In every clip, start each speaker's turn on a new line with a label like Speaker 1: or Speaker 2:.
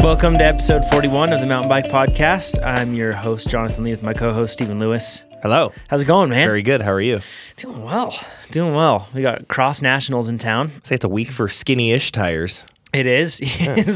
Speaker 1: Welcome to episode 41 of the Mountain Bike Podcast. I'm your host, Jonathan Lee, with my co host, Stephen Lewis.
Speaker 2: Hello.
Speaker 1: How's it going, man?
Speaker 2: Very good. How are you?
Speaker 1: Doing well. Doing well. We got cross nationals in town.
Speaker 2: Say it's a week for skinny-ish tires.
Speaker 1: It is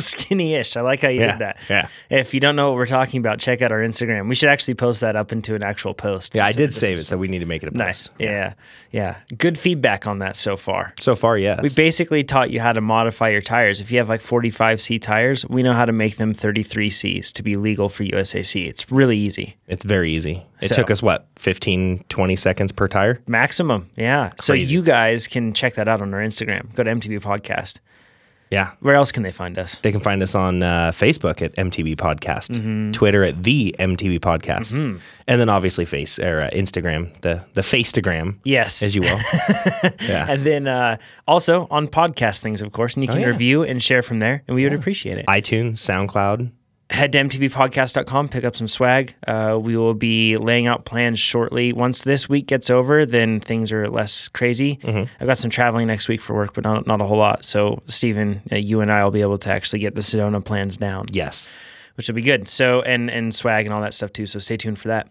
Speaker 1: skinny ish. I like how you
Speaker 2: Yeah,
Speaker 1: did that.
Speaker 2: yeah.
Speaker 1: If you don't know what we're talking about, check out our Instagram. We should actually post that up into an actual post.
Speaker 2: Yeah, I
Speaker 1: So
Speaker 2: did
Speaker 1: this
Speaker 2: save
Speaker 1: is
Speaker 2: it, so we need to make it a post.
Speaker 1: Nice. Yeah. yeah. Good feedback on that so far.
Speaker 2: So far, yes.
Speaker 1: We basically taught you how to modify your tires. If you have like 45C tires, we know how to make them 33Cs to be legal for USAC. It's really easy.
Speaker 2: it's very easy. It
Speaker 1: So-
Speaker 2: took us what 15, 20 seconds per tire.
Speaker 1: Maximum. Yeah. So
Speaker 2: Crazy.
Speaker 1: you guys can check that out on our Instagram. Go to MTB Podcast.
Speaker 2: Yeah.
Speaker 1: Where else can they find us?
Speaker 2: They can find us on uh, Facebook at MTB Podcast, Twitter at the MTB Podcast, and then obviously face or uh, Instagram, the the Facegram,
Speaker 1: Yes.
Speaker 2: as you will. yeah.
Speaker 1: and then uh, also on podcast things, of course, and you can
Speaker 2: Oh, yeah.
Speaker 1: review and share from there, and we would appreciate it.
Speaker 2: iTunes, SoundCloud.
Speaker 1: Head to mtbpodcast.com, pick up some swag. Uh, we will be laying out plans shortly. Once this week gets over, then things are less crazy.
Speaker 2: Mm-hmm.
Speaker 1: I've got some traveling next week for work, but not, not a whole lot. So, Stephen, uh, you and I will be able to actually get the Sedona plans down.
Speaker 2: Yes.
Speaker 1: which will be good. So and and swag and all that stuff too. So stay tuned for that.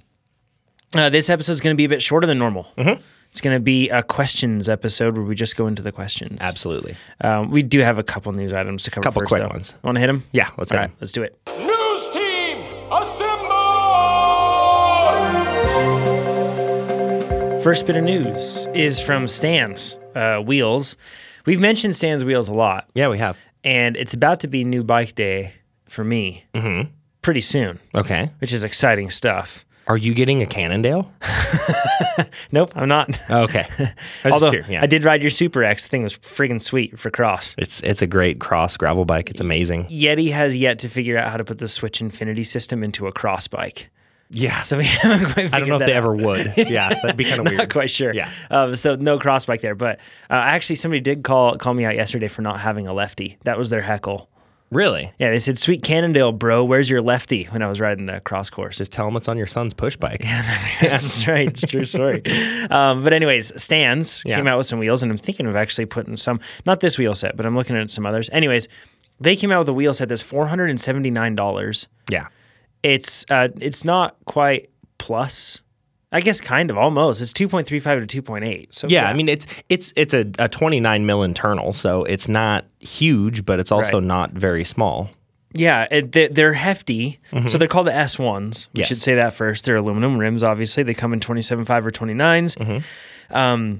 Speaker 1: Uh, this episode is going to be a bit shorter than normal.
Speaker 2: Mm-hmm.
Speaker 1: It's going to be a questions episode where we just go into the questions.
Speaker 2: Absolutely.
Speaker 1: Um, we do have a couple news items to cover.
Speaker 2: Couple
Speaker 1: first,
Speaker 2: quick
Speaker 1: though.
Speaker 2: ones.
Speaker 1: Want to hit them?
Speaker 2: Yeah. Let's
Speaker 1: All
Speaker 2: hit
Speaker 1: right,
Speaker 2: 'em.
Speaker 1: let's do it.
Speaker 3: News team, assemble!
Speaker 1: First bit of news is from Stan's uh, Wheels. We've mentioned Stan's Wheels a lot,
Speaker 2: Yeah, we have.
Speaker 1: and it's about to be new bike day for me
Speaker 2: Mm-hmm.
Speaker 1: pretty soon,
Speaker 2: Okay.
Speaker 1: which is exciting stuff.
Speaker 2: Are you getting a Cannondale?
Speaker 1: Nope, I'm not.
Speaker 2: Okay. I
Speaker 1: Although I did ride your Super X, the thing was friggin' sweet for cross.
Speaker 2: It's it's a great cross gravel bike. It's amazing.
Speaker 1: Yeti has yet to figure out how to put the Switch Infinity system into a cross bike.
Speaker 2: Yeah.
Speaker 1: So we haven't quite figured
Speaker 2: I don't know if
Speaker 1: that
Speaker 2: they
Speaker 1: out.
Speaker 2: ever would. Yeah, that'd be kind of
Speaker 1: Not
Speaker 2: weird.
Speaker 1: quite sure.
Speaker 2: Yeah.
Speaker 1: Um, so no cross bike there, but uh, actually somebody did call call me out yesterday for not having a lefty. That was their heckle.
Speaker 2: Really?
Speaker 1: Yeah, they said, "Sweet Cannondale, bro, where's your lefty?" When I was riding the cross course.
Speaker 2: Just tell them it's on your son's push bike.
Speaker 1: That's right. It's a true story. Um, but anyways, Stans
Speaker 2: Yeah.
Speaker 1: came out with some wheels, and I'm thinking of actually putting some, not this wheel set, but I'm looking at some others. Anyways, they came out with a wheel set that's $479.
Speaker 2: Yeah.
Speaker 1: It's uh, it's not quite plus. I guess kind of almost. It's 2.35 to 2.8. So
Speaker 2: Yeah, I mean it's it's it's a, a 29 mil internal, so it's not huge, but it's also
Speaker 1: Right.
Speaker 2: not very small.
Speaker 1: Yeah, it, they- they're hefty.
Speaker 2: Mm-hmm.
Speaker 1: So they're called the S1s. We
Speaker 2: Yes.
Speaker 1: should say that first. They're aluminum rims, obviously. They come in 27.5 or 29s. Um,
Speaker 2: Mm-hmm.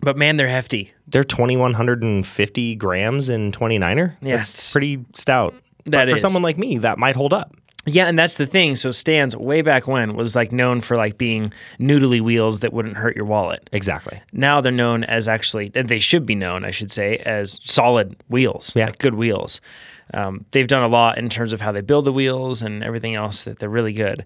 Speaker 1: but man, they're hefty.
Speaker 2: They're 2150 grams in 29er.
Speaker 1: Yeah, it's-
Speaker 2: That's pretty stout.
Speaker 1: That
Speaker 2: but for
Speaker 1: is.
Speaker 2: someone like me, that might hold up.
Speaker 1: Yeah, and that's the thing. So Stans, way back when, was like known for like being noodly wheels that wouldn't hurt your wallet.
Speaker 2: Exactly.
Speaker 1: Now they're known as actually, and they should be known, I should say, as solid wheels.
Speaker 2: Yeah.
Speaker 1: like good wheels. Um, they've done a lot in terms of how they build the wheels and everything else. That they're really good.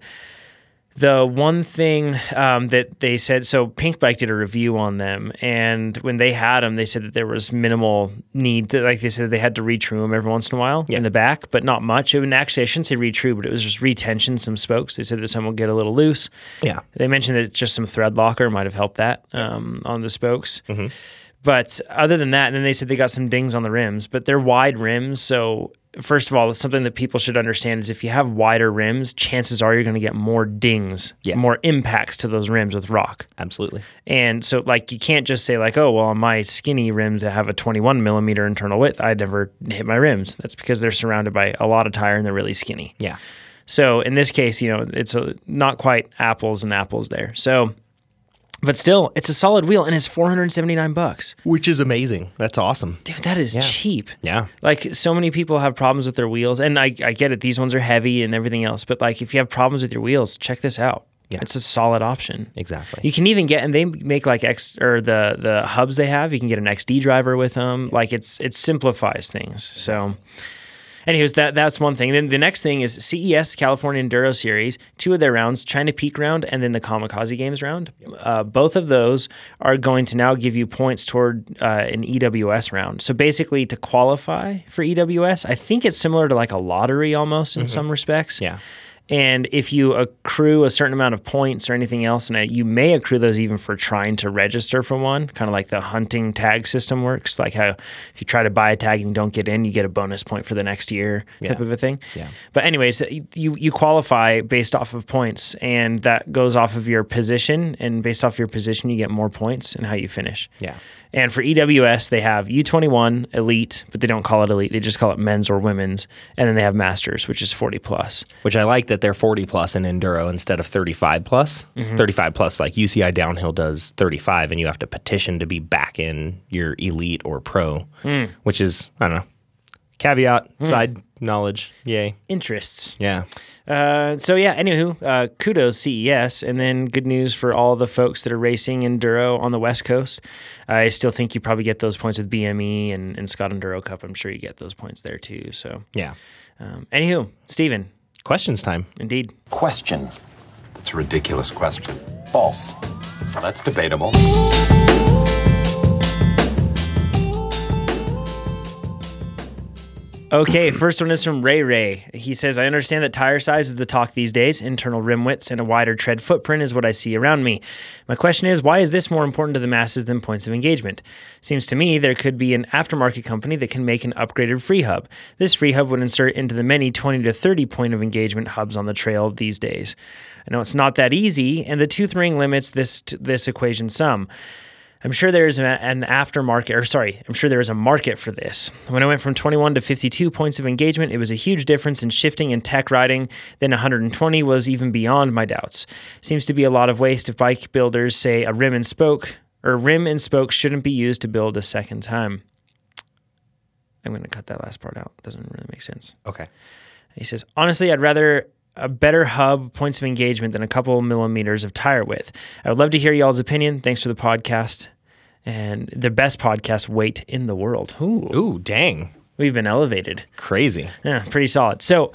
Speaker 1: The one thing um, that they said, so Pink Bike did a review on them, and when they had them, they said that there was minimal need. To, like they said, they had to retrue them every once in a while in the back, but not much. And actually, I shouldn't say retrue, but it was just retention some spokes. They said that some will get a little loose.
Speaker 2: Yeah.
Speaker 1: They mentioned that just some thread locker might have helped that um, on the spokes. But other than that, and then they said they got some dings on the rims, but they're wide rims. So, first of all, something that people should understand is if you have wider rims, chances are you're going to get more dings,
Speaker 2: Yes.
Speaker 1: more impacts to those rims with rock.
Speaker 2: Absolutely.
Speaker 1: And so, like, you can't just say, like, oh, well, on my skinny rims that have a 21 millimeter internal width, I never hit my rims. That's because they're surrounded by a lot of tire and they're really skinny.
Speaker 2: Yeah.
Speaker 1: So in this case, you know, it's a, not quite apples and apples there. So, but still, it's a solid wheel and it's 479 bucks.
Speaker 2: Which is amazing. That's awesome.
Speaker 1: Dude, that is cheap.
Speaker 2: Yeah.
Speaker 1: Like so many people have problems with their wheels, and I, I get it. These ones are heavy and everything else, but like if you have problems with your wheels, check this out.
Speaker 2: Yeah.
Speaker 1: It's a solid option.
Speaker 2: Exactly.
Speaker 1: You can even get, and they make like X or the the hubs they have. You can get an XD driver with them. Like it's it simplifies things. So, anyways, that that's one thing. Then the next thing is CES California Enduro Series. Two of their rounds, China Peak round, and then the Kamikaze Games round. Uh, both of those are going to now give you points toward uh, an EWS round. So basically, to E qualify for EWS, I think it's similar to like a lottery almost in some respects
Speaker 2: Mm-hmm. yeah.
Speaker 1: And if you accrue a certain amount of points or anything else, and you may accrue those even for trying to register for one, kind of like the hunting tag system works, like how if you try to buy a tag and you don't get in, you get a bonus point for the next year type of a thing.
Speaker 2: Yeah.
Speaker 1: But anyways, you you qualify based off of points, and that goes off of your position, and based off your position, you get more points and how you finish.
Speaker 2: Yeah.
Speaker 1: And for EWS, they have U21 Elite, but they don't call it Elite; they just call it Men's or Women's, and then they have Masters, which is 40 plus.
Speaker 2: Which I like that they're 40 plus in enduro instead of 35 plus. 35 plus, like UCI downhill does 35, and you have to petition to be back in your elite or pro, which is, I don't know, caveat, side knowledge. Yay.
Speaker 1: Interests.
Speaker 2: Hmm. Yeah.
Speaker 1: Uh, so yeah. Anywho, uh, kudos CES, and then good news for all the folks that are racing enduro on the West Coast. I still think you probably get those points with BME and, and Scott Enduro Cup. I'm sure you get those points there too. So
Speaker 2: Yeah.
Speaker 1: Um, anywho, Steven,
Speaker 2: Questions time.
Speaker 1: indeed.
Speaker 4: Question.
Speaker 5: It's a ridiculous question.
Speaker 4: False.
Speaker 5: That's debatable.
Speaker 1: Okay, first one is from Ray Ray. He says, I understand that tire size is the talk these days. Internal rim widths and a wider tread footprint is what I see around me. My question is, why is this more important to the masses than points of engagement? Seems to me there could be an aftermarket company that can make an upgraded free hub. This free hub would insert into the many 20 to 30 point of engagement hubs on the trail these days. I know it's not that easy, and the tooth ring limits this, this equation some. I'm sure there is an, an aftermarket, or sorry, I'm sure there is a market for this. When I went from 21 to 52 points of engagement, it was a huge difference in shifting and tech riding. Then 120 was even beyond my doubts. Seems to be a lot of waste if bike builders say a rim and spoke or rim and spoke shouldn't be used to build a second time. I'm going to cut that last part out. Doesn't really make sense.
Speaker 2: Okay.
Speaker 1: He says, honestly, I'd rather a better hub, points of engagement than a couple millimeters of tire width. I would love to hear y'all's opinion. Thanks for the podcast and the best podcast weight in the world. Ooh,
Speaker 2: Ooh, dang.
Speaker 1: we've been elevated.
Speaker 2: Crazy.
Speaker 1: Yeah, pretty solid. So,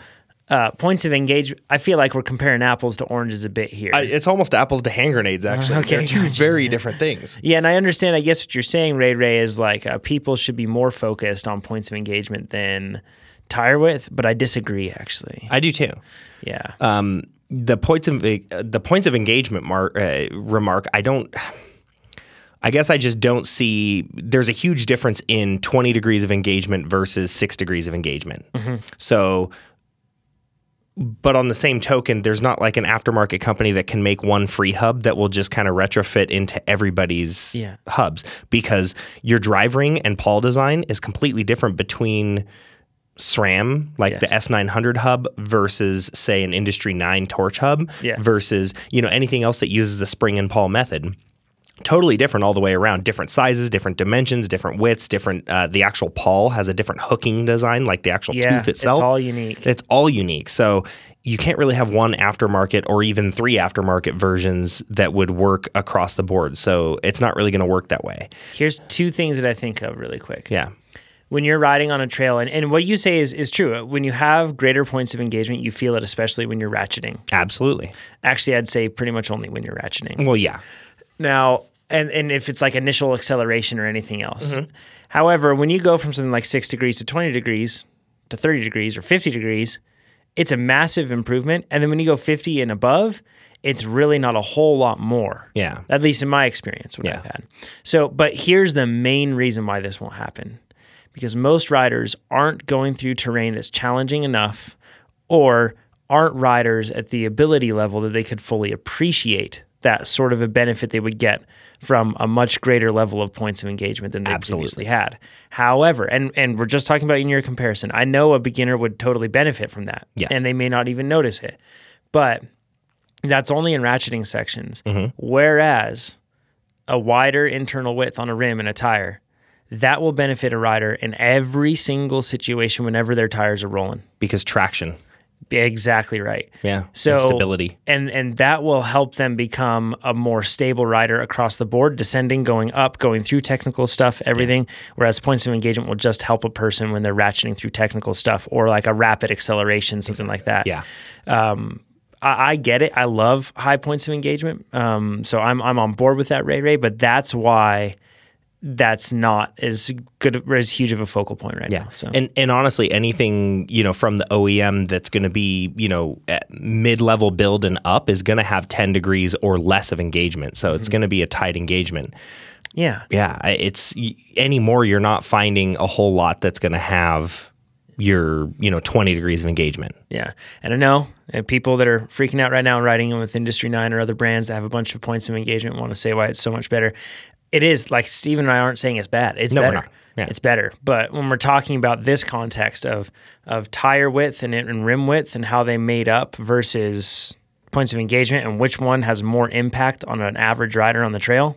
Speaker 1: uh, points of engagement. I feel like we're comparing apples to oranges a bit here.
Speaker 2: I, it's almost apples to hand grenades, actually.
Speaker 1: okay,
Speaker 2: They're two very different things.
Speaker 1: Yeah, and I understand. I guess what you're saying, Ray Ray, is like uh, people should be more focused on points of engagement than tire width. But I disagree, actually.
Speaker 2: I do too.
Speaker 1: Yeah,
Speaker 2: Uh, Um, the points of uh, the points of engagement mark, uh, remark I don't I guess I just don't see there's a huge difference in 20 degrees of engagement versus 6 degrees of engagement. So but on the same token there's not like an aftermarket company that can make one free hub that will just kind of retrofit into everybody's
Speaker 1: Yeah.
Speaker 2: hubs because your drive ring and pawl design is completely different between SRAM, like the
Speaker 1: Yes.
Speaker 2: S900 hub, versus, say, an Industry 9 torch hub,
Speaker 1: Yeah.
Speaker 2: versus, you know, anything else that uses the spring and pawl method. Totally different all the way around. Different sizes, different dimensions, different widths, different. Uh, the actual pawl has a different hooking design, like the actual
Speaker 1: Yeah,
Speaker 2: tooth
Speaker 1: it's
Speaker 2: itself.
Speaker 1: all unique.
Speaker 2: It's all unique. So you can't really have one aftermarket or even three aftermarket versions that would work across the board. So it's not really going to work that way.
Speaker 1: here's two things that I think of really quick.
Speaker 2: Yeah.
Speaker 1: when you're riding on a trail and, and what you say is, is true when you have greater points of engagement you feel it especially when you're ratcheting
Speaker 2: Absolutely.
Speaker 1: actually i'd say pretty much only when you're ratcheting
Speaker 2: Well, yeah.
Speaker 1: now and, and if it's like initial acceleration or anything else however when you go from something like 6 degrees to 20 degrees to 30 degrees or 50 degrees it's a massive improvement and then when you go 50 and above it's really not a whole lot more
Speaker 2: Yeah.
Speaker 1: at least in my experience what
Speaker 2: Yeah.
Speaker 1: I've had. So, but here's the main reason why this won't happen. Because most riders aren't going through terrain that's challenging enough or aren't riders at the ability level that they could fully appreciate that sort of a benefit they would get from a much greater level of points of engagement than they
Speaker 2: Absolutely.
Speaker 1: previously had. However, and and we're just talking about in your comparison, I know a beginner would totally benefit from that.
Speaker 2: Yeah.
Speaker 1: And they may not even notice it. But that's only in ratcheting sections. Whereas a wider internal width on a rim and a tire, that will benefit a rider in every single situation whenever their tires are rolling.
Speaker 2: Because traction.
Speaker 1: Exactly right.
Speaker 2: Yeah.
Speaker 1: So
Speaker 2: And stability.
Speaker 1: and and that will help them become a more stable rider across the board, descending, going up, going through technical stuff, everything. Whereas points of engagement will just help a person when they're ratcheting through technical stuff or like a rapid acceleration, something like that.
Speaker 2: Yeah.
Speaker 1: I, I get it. I love high points of engagement. Um, so I'm I'm on board with that, Ray Ray. But that's why that's not as good as huge of a focal point right
Speaker 2: Yeah.
Speaker 1: now. So
Speaker 2: And and honestly, anything you know from the OEM that's going to be you know at mid-level build and up is going to have 10 degrees or less of engagement. So it's going to be a tight engagement.
Speaker 1: yeah,
Speaker 2: Yeah, I- it's y- anymore. You're not finding a whole lot that's going to have your you know 20 degrees of engagement.
Speaker 1: Yeah. And I know uh, people that are freaking out right now and writing in with Industry 9 or other brands that have a bunch of points of engagement want to say why it's so much better. It is like Steven and I aren't saying it's bad. It's
Speaker 2: No, we're
Speaker 1: better.
Speaker 2: not. Yeah.
Speaker 1: It's better. But when we're talking about this context of of tire width and, and rim width and how they made up versus points of engagement and which one has more impact on an average rider on the trail,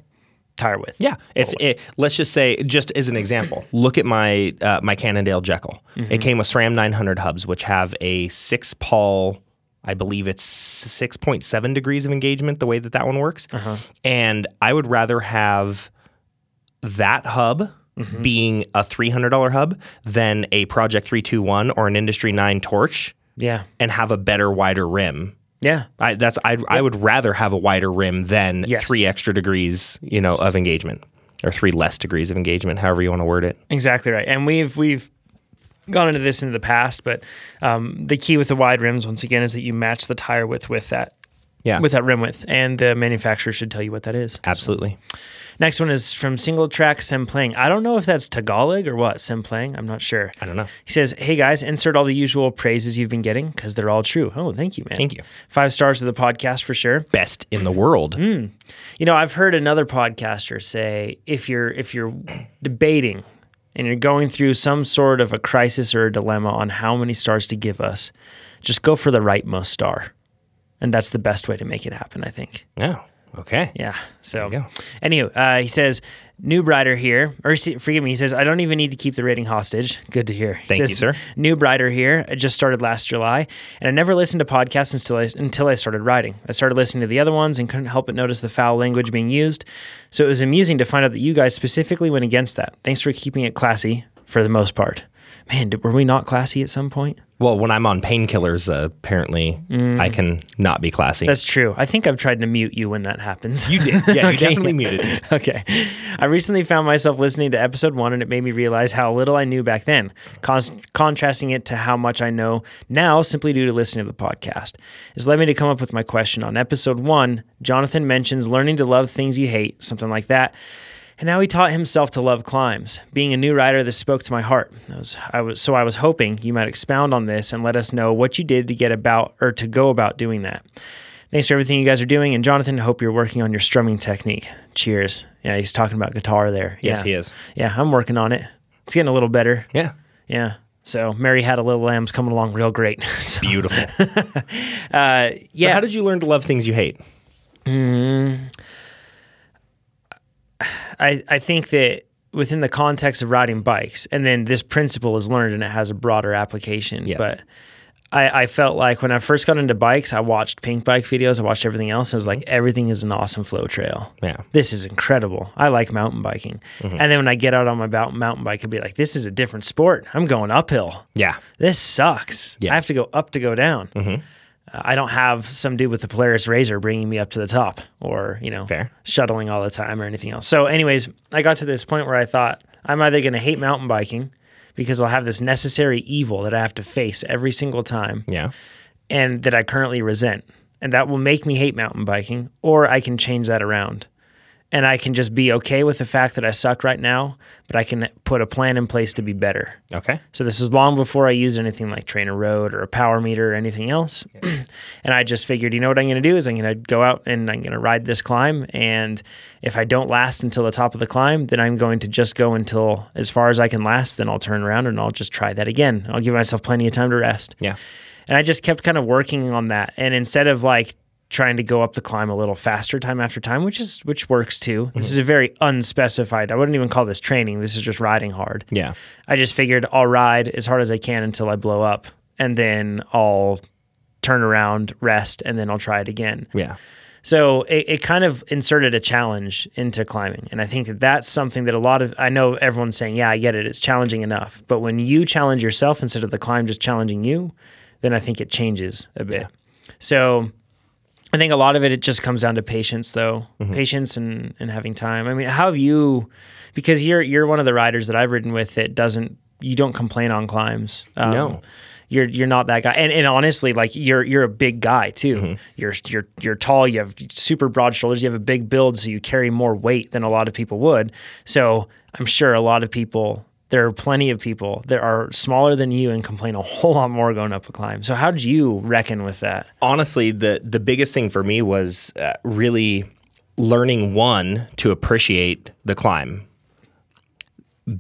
Speaker 1: tire width.
Speaker 2: Yeah. If it, let's just say, just as an example, look at my uh, my Cannondale Jekyll. It came with SRAM 900 hubs, which have a six pawl. I believe it's 6.7 degrees of engagement, the way that that one works. And I would rather have that hub being a $300 hub than a Project 321 or an Industry 9 torch
Speaker 1: Yeah.
Speaker 2: and have a better, wider rim.
Speaker 1: Yeah.
Speaker 2: I, that's I, I would rather have a wider rim than
Speaker 1: Yes.
Speaker 2: three extra degrees, you know, of engagement or three less degrees of engagement, however you want to word it.
Speaker 1: Exactly right. And we've we've gone into this in the past, but um, the key with the wide rims once again is that you match the tire width with that
Speaker 2: Yeah,
Speaker 1: with that rim width, and the manufacturer should tell you what that is.
Speaker 2: absolutely.
Speaker 1: Next one is from Single Track Semplang. I don't know if that's Tagalog or what Semplang. I'm not sure.
Speaker 2: I don't know.
Speaker 1: He says, "Hey guys, insert all the usual praises you've been getting because they're all true." Oh, thank you, man.
Speaker 2: Thank you.
Speaker 1: Five stars to the podcast for sure.
Speaker 2: Best in the world.
Speaker 1: You know, I've heard another podcaster say if you're if you're debating and you're going through some sort of a crisis or a dilemma on how many stars to give us, just go for the rightmost star. And that's the best way to make it happen, I think.
Speaker 2: Yeah. Okay.
Speaker 1: Yeah. So,
Speaker 2: There you go.
Speaker 1: anywho, uh, he says, Noob Rider here, or s- forgive me, he says, I don't even need to keep the rating hostage. Good to hear. He
Speaker 2: Thank you,
Speaker 1: says,
Speaker 2: sir.
Speaker 1: Noob Rider here. I just started last July, and I never listened to podcasts until I, until I started writing. I started listening to the other ones and couldn't help but notice the foul language being used. So it was amusing to find out that you guys specifically went against that. Thanks for keeping it classy for the most part. Man, did, were we not classy at some point?
Speaker 2: Well, when I'm on painkillers, uh, apparently I can not be classy.
Speaker 1: That's true. I think I've tried to mute you when that happens.
Speaker 2: you did. Yeah, you definitely muted me.
Speaker 1: Okay. I recently found myself listening to episode one, and it made me realize how little I knew back then, cons- contrasting it to how much I know now simply due to listening to the podcast. It's led me to come up with my question. On episode one, Jonathan mentions learning to love things you hate, something like that. And how he taught himself to love climbs. Being a new rider, this spoke to my heart. I was, I was, so I was hoping you might expound on this and let us know what you did to get about or to go about doing that. Thanks for everything you guys are doing. And Jonathan, hope you're working on your strumming technique. Cheers. Yeah, he's talking about guitar there.
Speaker 2: Yes,
Speaker 1: Yeah.
Speaker 2: he is.
Speaker 1: Yeah, I'm working on it. It's getting a little better.
Speaker 2: Yeah.
Speaker 1: Yeah. So Mary had a little lamb's coming along real great. So,
Speaker 2: Beautiful.
Speaker 1: uh, yeah.
Speaker 2: So how did you learn to love things you hate?
Speaker 1: I, I think that within the context of riding bikes, and then this principle is learned and it has a broader application.
Speaker 2: Yeah.
Speaker 1: But I, I felt like when I first got into bikes, I watched pink bike videos, I watched everything else. And I was like, everything is an awesome flow trail.
Speaker 2: Yeah.
Speaker 1: This is incredible. I like mountain biking. And then when I get out on my bou- mountain bike, I'd be like, this is a different sport. I'm going uphill.
Speaker 2: Yeah.
Speaker 1: This sucks.
Speaker 2: Yeah. Mm-hmm.
Speaker 1: I have to go up to go down. Uh, I don't have some dude with the Polaris Razor bringing me up to the top or, you know,
Speaker 2: Fair.
Speaker 1: shuttling all the time or anything else. So, anyways, I got to this point where I thought I'm either going to hate mountain biking because I'll have this necessary evil that I have to face every single time
Speaker 2: Yeah.
Speaker 1: and that I currently resent. And that will make me hate mountain biking, or I can change that around. And I can just be okay with the fact that I suck right now, but I can put a plan in place to be better.
Speaker 2: Okay.
Speaker 1: So this is long before I used anything like Trainer Road or a power meter or anything else. and I just figured, you know what I'm going to do is I'm going to go out and I'm going to ride this climb. And if I don't last until the top of the climb, then I'm going to just go until as far as I can last. Then I'll turn around and I'll just try that again. I'll give myself plenty of time to rest.
Speaker 2: Yeah.
Speaker 1: And I just kept kind of working on that. And instead of like trying to go up the climb a little faster time after time, which is which works too. This is a very unspecified. I wouldn't even call this training. This is just riding hard.
Speaker 2: Yeah.
Speaker 1: I just figured I'll ride as hard as I can until I blow up, and then I'll turn around, rest, and then I'll try it again.
Speaker 2: Yeah.
Speaker 1: So it, it kind of inserted a challenge into climbing. And I think that that's something that a lot of, I know everyone's saying, yeah, I get it. It's challenging enough. But when you challenge yourself instead of the climb just challenging you, then I think it changes a bit. So I think a lot of it it just comes down to patience though. Patience and and having time. I mean, how have you because you're you're one of the riders that I've ridden with that doesn't you don't complain on climbs. Um,
Speaker 2: No.
Speaker 1: You're you're not that guy. And and honestly, like you're you're a big guy too. You're you're you're tall, you have super broad shoulders, you have a big build so you carry more weight than a lot of people would. So, I'm sure a lot of people there are plenty of people that are smaller than you and complain a whole lot more going up a climb. So how did you reckon with that?
Speaker 2: honestly, the the biggest thing for me was uh, really learning one to appreciate the climb.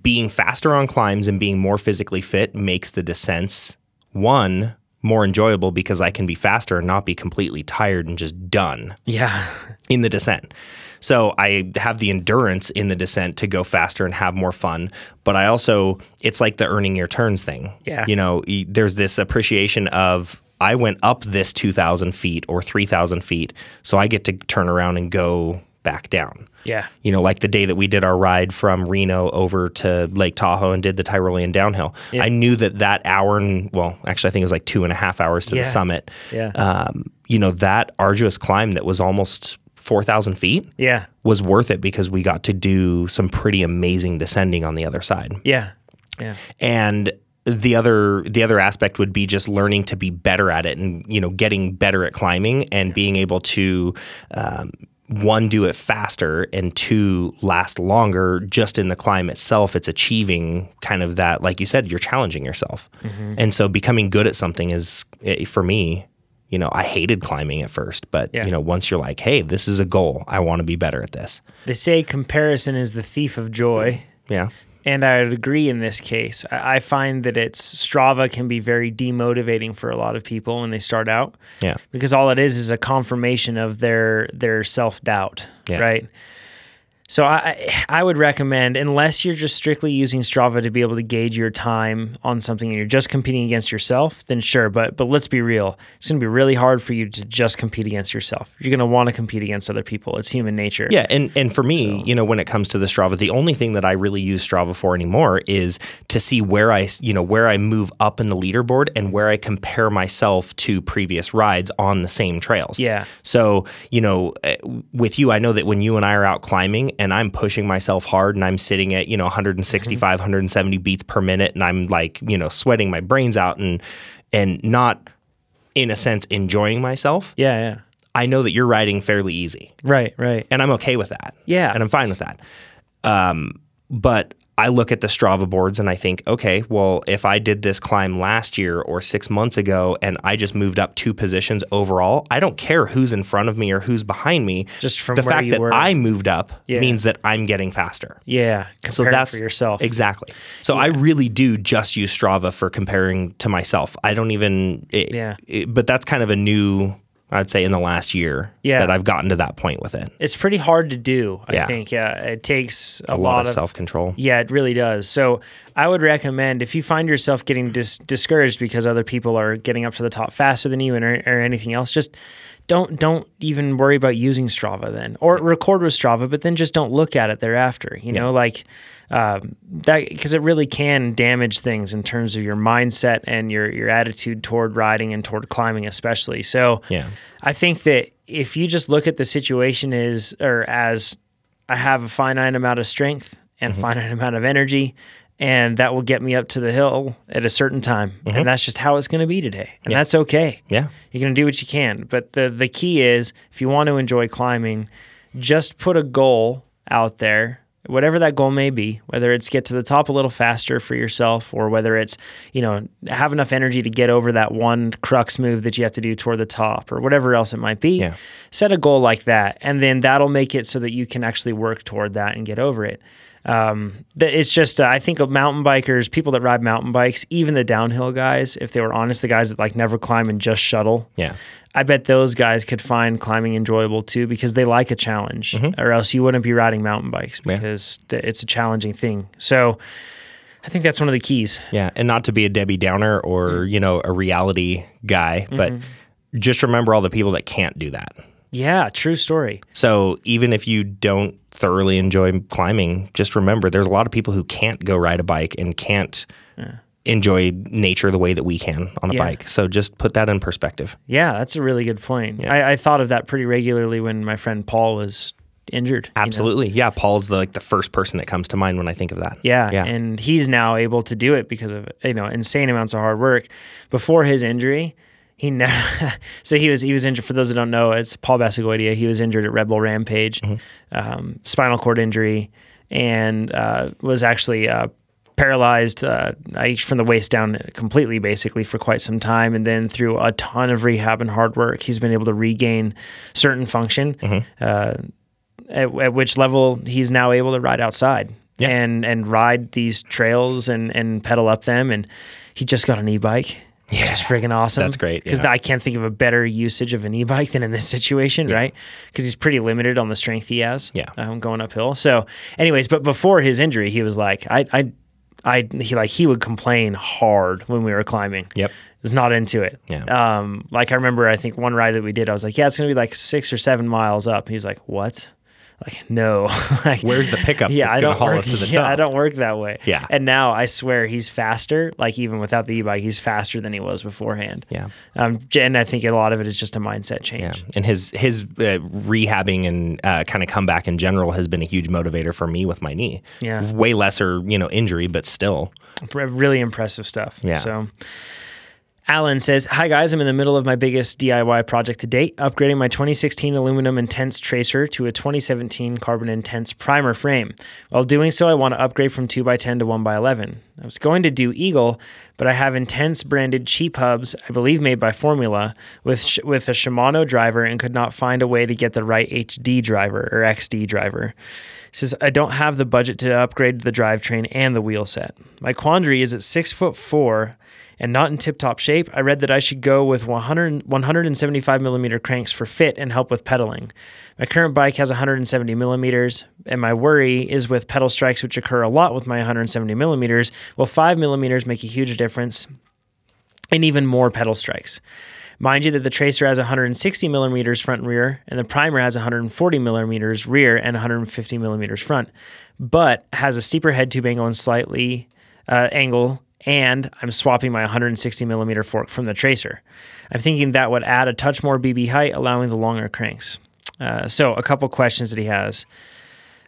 Speaker 2: Being faster on climbs and being more physically fit makes the descents one more enjoyable because I can be faster and not be completely tired and just done
Speaker 1: Yeah.
Speaker 2: in the descent. So I have the endurance in the descent to go faster and have more fun, but I also it's like the earning your turns thing.
Speaker 1: Yeah.
Speaker 2: you know, y- there's this appreciation of I went up this two thousand feet or three thousand feet, so I get to turn around and go back down.
Speaker 1: Yeah.
Speaker 2: You know, like the day that we did our ride from Reno over to Lake Tahoe and did the Tyrolean downhill. I knew that that hour and well, actually, I think it was like two and a half hours to
Speaker 1: Yeah.
Speaker 2: the summit
Speaker 1: Yeah.
Speaker 2: um, you know, that arduous climb that was almost 4,000 feet
Speaker 1: yeah.
Speaker 2: was worth it because we got to do some pretty amazing descending on the other side.
Speaker 1: Yeah. Yeah.
Speaker 2: And the other the other aspect would be just learning to be better at it and you know getting better at climbing and being able to um, one do it faster and two last longer just in the climb itself it's achieving kind of that like you said you're challenging yourself and so becoming good at something is eh, for me you know I hated climbing at first but
Speaker 1: Yeah.
Speaker 2: you know once you're like hey this is a goal I want to be better at this
Speaker 1: They say comparison is the thief of joy.
Speaker 2: yeah
Speaker 1: And I would agree in this case. I I find that it's Strava can be very demotivating for a lot of people when they start out.
Speaker 2: yeah
Speaker 1: because all it is is a confirmation of their their self doubt,
Speaker 2: Yeah.
Speaker 1: right? So I I would recommend unless you're just strictly using Strava to be able to gauge your time on something and you're just competing against yourself, then sure. But but let's be real, it's going to be really hard for you to just compete against yourself. You're going to want to compete against other people. It's human nature.
Speaker 2: Yeah, and and for me, you know, when it comes to the Strava, the only thing that I really use Strava for anymore is to see where I, s- you know, where I move up in the leaderboard and where I compare myself to previous rides on the same trails.
Speaker 1: Yeah.
Speaker 2: So, you know, eh, with you, I know that when you and I are out climbing and I'm pushing myself hard and I'm sitting at, you know,
Speaker 1: Mm-hmm.
Speaker 2: 165, 170 beats per minute and I'm like, you know, sweating my brains out and and not in a sense enjoying myself,
Speaker 1: yeah, yeah.
Speaker 2: I know that you're riding fairly easy
Speaker 1: Right, right.
Speaker 2: and I'm okay with that.
Speaker 1: Yeah.
Speaker 2: and I'm fine with that. Um, but I look at the Strava boards and I think, okay, well, if I did this climb last year or six months ago and I just moved up two positions overall, I don't care who's in front of me or who's behind me.
Speaker 1: Just from
Speaker 2: the
Speaker 1: where
Speaker 2: fact
Speaker 1: you
Speaker 2: that
Speaker 1: were.
Speaker 2: I moved up
Speaker 1: Yeah.
Speaker 2: means that I'm getting faster.
Speaker 1: yeah, compare
Speaker 2: So that's
Speaker 1: for yourself.
Speaker 2: Exactly. So I really do just use Strava for comparing to myself. I don't even, it,
Speaker 1: Yeah.
Speaker 2: it- but that's kind of a new, I'd say in the last year
Speaker 1: Yeah.
Speaker 2: that I've gotten to that point with it.
Speaker 1: it's pretty hard to do. I
Speaker 2: Yeah.
Speaker 1: think. Yeah, it takes a,
Speaker 2: A lot, of
Speaker 1: of
Speaker 2: self control.
Speaker 1: Yeah, it really does. So I would recommend if you find yourself getting dis- discouraged because other people are getting up to the top faster than you and or, or anything else, just don't don't even worry about using Strava then, or record with Strava, but then just don't look at it thereafter. You know, like um, that because it really can damage things in terms of your mindset and your your attitude toward riding and toward climbing, especially. So
Speaker 2: Yeah.
Speaker 1: I think that if you just look at the situation is or as I have a finite amount of strength and
Speaker 2: Mm-hmm.
Speaker 1: a finite amount of energy, and that will get me up to the hill at a certain time. And that's just how it's going to be today. And that's okay.
Speaker 2: Mm-hmm. Yeah.
Speaker 1: You're going to do what you can. But the, the key is if you want to enjoy climbing, just put a goal out there, whatever that goal may be, whether it's get to the top a little faster for yourself or whether it's, you know, have enough energy to get over that one crux move that you have to do toward the top or whatever else it might be.
Speaker 2: Yeah.
Speaker 1: Set a goal like that. And then that'll make it so that you can actually work toward that and get over it. Um, that- it's just, uh, I think of mountain bikers, people that ride mountain bikes, even the downhill guys, if they were honest, the guys that like never climb and just shuttle.
Speaker 2: Yeah.
Speaker 1: I bet those guys could find climbing enjoyable too because they like a challenge, or else you wouldn't be riding mountain bikes
Speaker 2: Yeah.
Speaker 1: because th- it's a challenging thing. So I think that's one of the keys.
Speaker 2: Yeah. And not to be a Debbie Downer or,
Speaker 1: Mm-hmm.
Speaker 2: you know, a reality guy, but just remember all the people that can't do that.
Speaker 1: Yeah, true story.
Speaker 2: So even if you don't thoroughly enjoy climbing, just remember there's a lot of people who can't go ride a bike and can't enjoy nature the way that we can on the
Speaker 1: Yeah.
Speaker 2: bike. So just put that in perspective.
Speaker 1: Yeah, that's a really good point. I, I thought of that pretty regularly when my friend Paul was injured. you know?
Speaker 2: Absolutely. Yeah. Paul's the, like the first person that comes to mind when I think of that.
Speaker 1: Yeah,
Speaker 2: Yeah.
Speaker 1: and he's now able to do it because of you know insane amounts of hard work. Before his injury, he never. so he was he was injured. For those that don't know, it's Paul Basagoidia. He was injured at Red Bull Rampage, um, spinal cord injury, and uh, was actually uh, paralyzed uh, I- from the waist down completely, basically for quite some time. And then through a ton of rehab and hard work, he's been able to regain certain function. Uh, at, at which level he's now able to ride outside
Speaker 2: Yeah.
Speaker 1: and and ride these trails and and pedal up them and he just got an e-bike yeah it's freaking awesome
Speaker 2: That's great,
Speaker 1: because
Speaker 2: yeah.
Speaker 1: i can't think of a better usage of an e-bike than in this situation right because he's pretty limited on the strength he has
Speaker 2: Yeah.
Speaker 1: um, going uphill so anyways but before his injury he was like i i I he like he would complain hard when we were climbing.
Speaker 2: Yep.
Speaker 1: Is not into it.
Speaker 2: Yeah.
Speaker 1: Um, like I remember, I think one ride that we did, I was like, "Yeah, it's gonna be like six or seven miles up." He's like, "What?" Like, no. like,
Speaker 2: Where's the pickup
Speaker 1: yeah,
Speaker 2: that's
Speaker 1: I
Speaker 2: gonna
Speaker 1: don't
Speaker 2: haul
Speaker 1: work,
Speaker 2: us to the
Speaker 1: yeah, I
Speaker 2: top?
Speaker 1: don't work that way.
Speaker 2: Yeah.
Speaker 1: And now I swear he's faster. Like even without the e-bike, he's faster than he was beforehand.
Speaker 2: Yeah.
Speaker 1: Um, and I think a lot of it is just a mindset change.
Speaker 2: Yeah, and his his uh, rehabbing and uh, kind of comeback in general has been a huge motivator for me with my knee.
Speaker 1: Yeah.
Speaker 2: way lesser you know injury, but still.
Speaker 1: Re- really impressive stuff.
Speaker 2: Yeah.
Speaker 1: So Alan says, Hi guys, I'm in the middle of my biggest DIY project to date, upgrading my 2016 aluminum intense tracer to a 2017 carbon intense primer frame. While doing so, I want to upgrade from 2x10 to 1x11. I was going to do Eagle, but I have intense branded cheap hubs, I believe made by Formula, with, sh- with a Shimano driver and could not find a way to get the right HD driver or XD driver. He says, I don't have the budget to upgrade the drivetrain and the wheel set. My quandary is at six foot four and not in tip top shape. I read that I should go with 100, 175 millimeter cranks for fit and help with pedaling. My current bike has 170 millimeters, and my worry is with pedal strikes, which occur a lot with my 170 millimeters. Will five millimeters make a huge difference? and even more pedal strikes. Mind you that the Tracer has 160 millimeters front and rear, and the Primer has 140 millimeters rear and 150 millimeters front, but has a steeper head tube angle and slightly uh, angle. And I'm swapping my 160 millimeter fork from the Tracer. I'm thinking that would add a touch more BB height, allowing the longer cranks. Uh, so, a couple questions that he has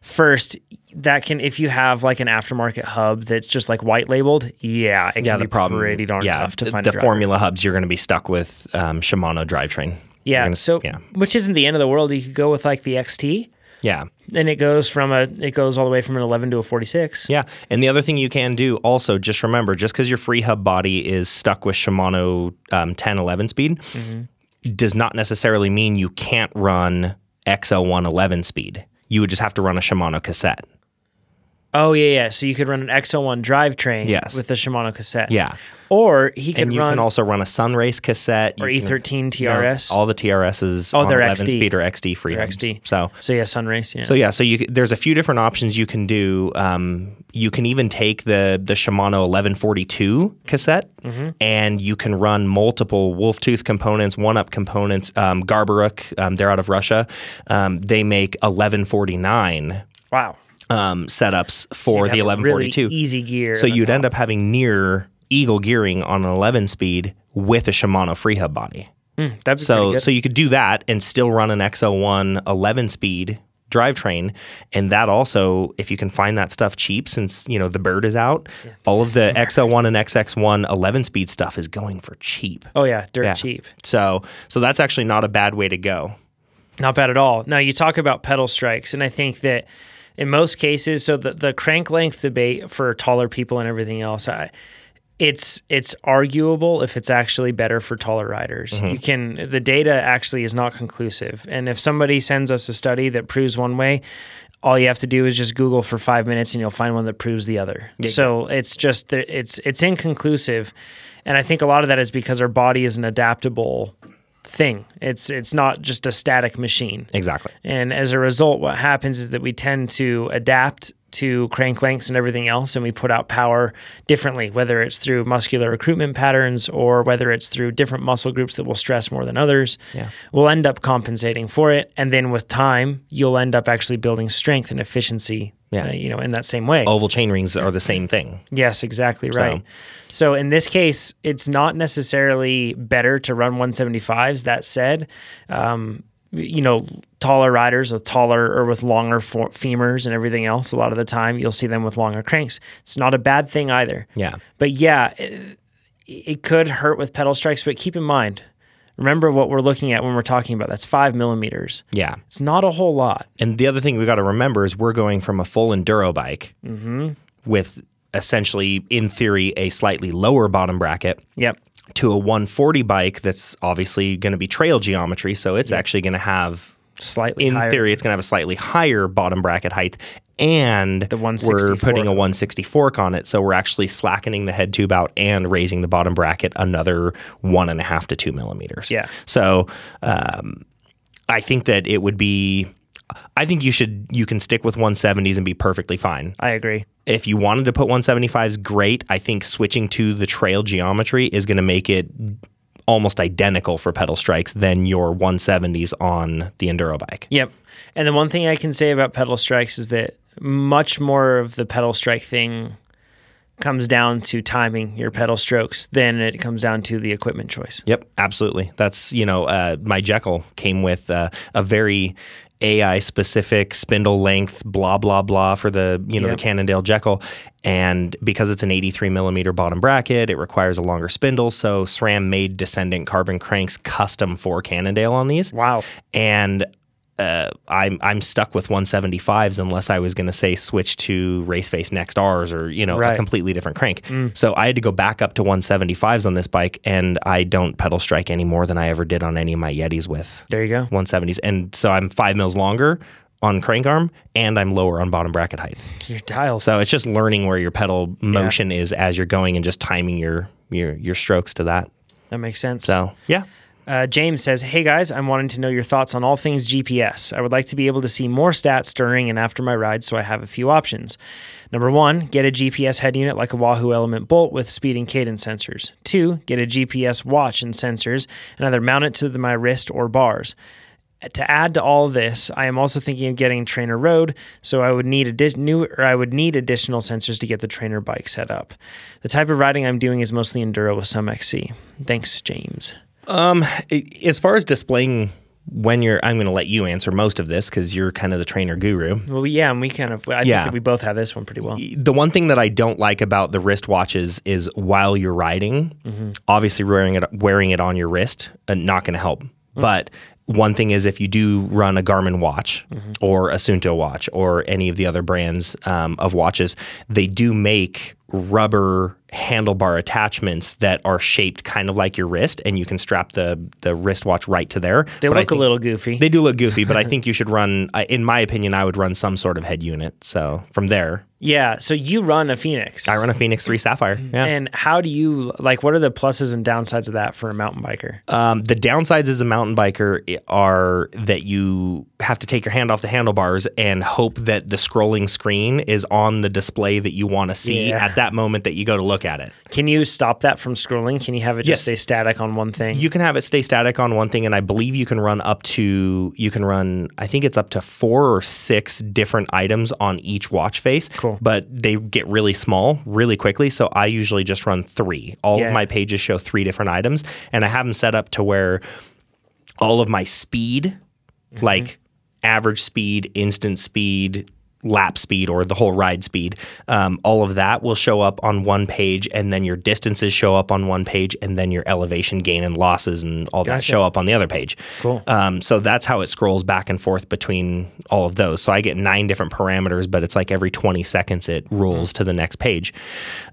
Speaker 1: first that can if you have like an aftermarket hub that's just like white labeled yeah it can
Speaker 2: Yeah,
Speaker 1: be
Speaker 2: the problem.
Speaker 1: pretty darn
Speaker 2: yeah,
Speaker 1: tough to
Speaker 2: the-
Speaker 1: find
Speaker 2: the
Speaker 1: a driver.
Speaker 2: formula hubs. You're going to be stuck with um, Shimano drivetrain. You're
Speaker 1: yeah
Speaker 2: gonna-
Speaker 1: so
Speaker 2: yeah,
Speaker 1: which isn't the end of the world you could go with like the xt
Speaker 2: yeah.
Speaker 1: and it goes from a it goes all the way from an 11 to a 46
Speaker 2: Yeah. And the other thing you can do also, just remember, just because your free hub body is stuck with Shimano um, 10, 11 speed,
Speaker 1: Mm-hmm.
Speaker 2: does not necessarily mean you can't run XO1 11 speed. You would just have to run a Shimano cassette.
Speaker 1: oh yeah yeah so you could run an xl1 drivetrain
Speaker 2: Yes.
Speaker 1: with the shimano cassette
Speaker 2: Yeah.
Speaker 1: or he could
Speaker 2: And you
Speaker 1: run E
Speaker 2: can also run a Sunrace cassette.
Speaker 1: or
Speaker 2: You can-
Speaker 1: e13
Speaker 2: no,
Speaker 1: trs
Speaker 2: all the TRSs
Speaker 1: Oh,
Speaker 2: on
Speaker 1: they're
Speaker 2: 11
Speaker 1: XD.
Speaker 2: speed or XD free hubs.
Speaker 1: XD.
Speaker 2: So
Speaker 1: so yeah sunrace yeah
Speaker 2: So yeah, so you c- there's a few different options you can do. Um, you can even take the the Shimano 1142 cassette,
Speaker 1: Mm-hmm.
Speaker 2: and you can run multiple Wolftooth components, one up components. Um, Garbaruk, um, they're out of Russia. Um, they make 1149
Speaker 1: wow
Speaker 2: um, setups for
Speaker 1: You'd
Speaker 2: the
Speaker 1: have a really
Speaker 2: 1142.
Speaker 1: easy gear
Speaker 2: so you'd end up having near eagle gearing on an 11 speed with a Shimano free hub body.
Speaker 1: that'd be pretty
Speaker 2: So
Speaker 1: good.
Speaker 2: so you could do that and still run an XO1 11 speed drivetrain and that also if you can find that stuff cheap since you know the bird is out all of the XO1 and XX1 11 speed stuff is going for cheap.
Speaker 1: oh yeah dirt
Speaker 2: Yeah.
Speaker 1: cheap
Speaker 2: So so that's actually not a bad way to go.
Speaker 1: Not bad at all. Now you talk about pedal strikes, and I think that in most cases, so the, the crank length debate for taller people and everything else, I, it's it's arguable if it's actually better for taller riders. You can the data actually is not conclusive, and if somebody sends us a study that proves one way, all you have to do is just Google for five minutes, and you'll find one that proves the other. So it's just that it's it's inconclusive, and I think a lot of that is because our body is an adaptable thing. It's it's not just a static machine.
Speaker 2: Exactly.
Speaker 1: And as a result, what happens is that we tend to adapt to crank lengths and everything else, and we put out power differently, whether it's through muscular recruitment patterns or whether it's through different muscle groups that will stress more than others.
Speaker 2: Yeah.
Speaker 1: We'll end up compensating for it, and then with time, you'll end up actually building strength and efficiency.
Speaker 2: Yeah.
Speaker 1: uh, you know, in that same way.
Speaker 2: Oval chain rings are the same thing.
Speaker 1: Yes, exactly right. So in this case, it's not necessarily better to run 175s. That said, um, you know, taller riders with taller or with longer for- femurs and everything else, a lot of the time you'll see them with longer cranks. It's not a bad thing either.
Speaker 2: Yeah.
Speaker 1: But yeah, it, it could hurt with pedal strikes, but keep in mind, remember what we're looking at when we're talking about that's five millimeters.
Speaker 2: Yeah.
Speaker 1: It's not a whole lot.
Speaker 2: And the other thing we got to remember is we're going from a full enduro bike with essentially, in theory, a slightly lower bottom bracket
Speaker 1: Yep.
Speaker 2: to a 140 bike that's obviously going to be trail geometry. So it's actually going to have,
Speaker 1: Slightly
Speaker 2: in
Speaker 1: higher.
Speaker 2: theory, it's going to have a slightly higher bottom bracket height. And we're
Speaker 1: 164
Speaker 2: putting a
Speaker 1: fork.
Speaker 2: 160 fork on it. So we're actually slackening the head tube out and raising the bottom bracket another one and a half to two millimeters.
Speaker 1: Yeah.
Speaker 2: So um, I think that it would be. I think you should you can stick with 170s and be perfectly fine.
Speaker 1: I agree.
Speaker 2: If you wanted to put 175s, great. I think switching to the trail geometry is going to make it almost identical for pedal strikes than your 170s on the enduro bike.
Speaker 1: Yep. And the one thing I can say about pedal strikes is that much more of the pedal strike thing comes down to timing your pedal strokes than it comes down to the equipment choice.
Speaker 2: Yep, absolutely. That's you know, uh, my Jekyll came with uh, a very AI specific spindle length, blah blah blah for the you know
Speaker 1: Yep.
Speaker 2: the Cannondale Jekyll, and because it's an 83 millimeter bottom bracket, it requires a longer spindle. So SRAM made descendant carbon cranks custom for Cannondale on these.
Speaker 1: Wow.
Speaker 2: And uh, I'm I'm stuck with 175s unless I was going to say switch to race face next R's or you know a
Speaker 1: Right.
Speaker 2: completely different crank. So I had to go back up to 175s on this bike, and I don't pedal strike any more than I ever did on any of my Yetis with
Speaker 1: There you go.
Speaker 2: 170s, and so I'm five mils longer on crank arm, and I'm lower on bottom bracket height.
Speaker 1: Your dials.
Speaker 2: So it's just learning where your pedal motion is as you're going, and just timing your your your strokes to that.
Speaker 1: That makes sense.
Speaker 2: So yeah,
Speaker 1: Uh, James says, Hey guys, I'm wanting to know your thoughts on all things GPS. I would like to be able to see more stats during and after my ride, so I have a few options. Number one, get a GPS head unit like a Wahoo Element Bolt with speed and cadence sensors. Two, get a GPS watch and sensors, and either mount it to the, my wrist or bars. To add to all this, I am also thinking of getting Trainer Road, so I would need addi- new or I would need additional sensors to get the Trainer bike set up. The type of riding I'm doing is mostly enduro with some XC. Thanks, James.
Speaker 2: as far as displaying when you're i'm going to let you answer most of this because you're kind of the trainer guru
Speaker 1: Well, yeah, and we kind of, I
Speaker 2: Yeah.
Speaker 1: think that we both have this one pretty well.
Speaker 2: the one thing that i don't like about the wristwatches is while you're riding
Speaker 1: Mm-hmm.
Speaker 2: obviously wearing it wearing it on your wrist uh, not going to help
Speaker 1: Mm.
Speaker 2: but one thing is if you do run a garmin watch
Speaker 1: Mm-hmm.
Speaker 2: or a sunto watch or any of the other brands um, of watches they do make rubber handlebar attachments that are shaped kind of like your wrist and you can strap the the wristwatch right to there
Speaker 1: They
Speaker 2: But I
Speaker 1: look a
Speaker 2: think-
Speaker 1: little goofy.
Speaker 2: They do look goofy, but I think you should run. I- In my opinion, I would run some sort of head unit. So from there,
Speaker 1: yeah, so you run a Phoenix.
Speaker 2: I run a Phoenix Three Sapphire. Yeah.
Speaker 1: And how do you, like, what are the pluses and downsides of that for a mountain biker?
Speaker 2: Um, the downsides as a mountain biker i- are that you have to take your hand off the handlebars and hope that the scrolling screen is on the display that you want to see
Speaker 1: Yeah.
Speaker 2: at that moment that you go to look at it.
Speaker 1: Can you stop that from scrolling? Can you have it just
Speaker 2: Yes.
Speaker 1: stay static on one thing?
Speaker 2: You can have it stay static on one thing, and I believe you can run up to you can run. I think it's up to four or six different items on each watch face.
Speaker 1: Cool.
Speaker 2: But they get really small really quickly, so I usually just run three. All
Speaker 1: Yeah.
Speaker 2: of my pages show three different items, and I have them set up to where all of my speed, Mm-hmm. like average speed, instant speed, lap speed, or the whole ride speed, um, all of that will show up on one page, and then your distances show up on one page, and then your elevation gain and losses and all that show up on the other page.
Speaker 1: Cool.
Speaker 2: Um, so that's how it scrolls back and forth between all of those. So I get nine different parameters, but it's like every 20 seconds it rolls to the next page.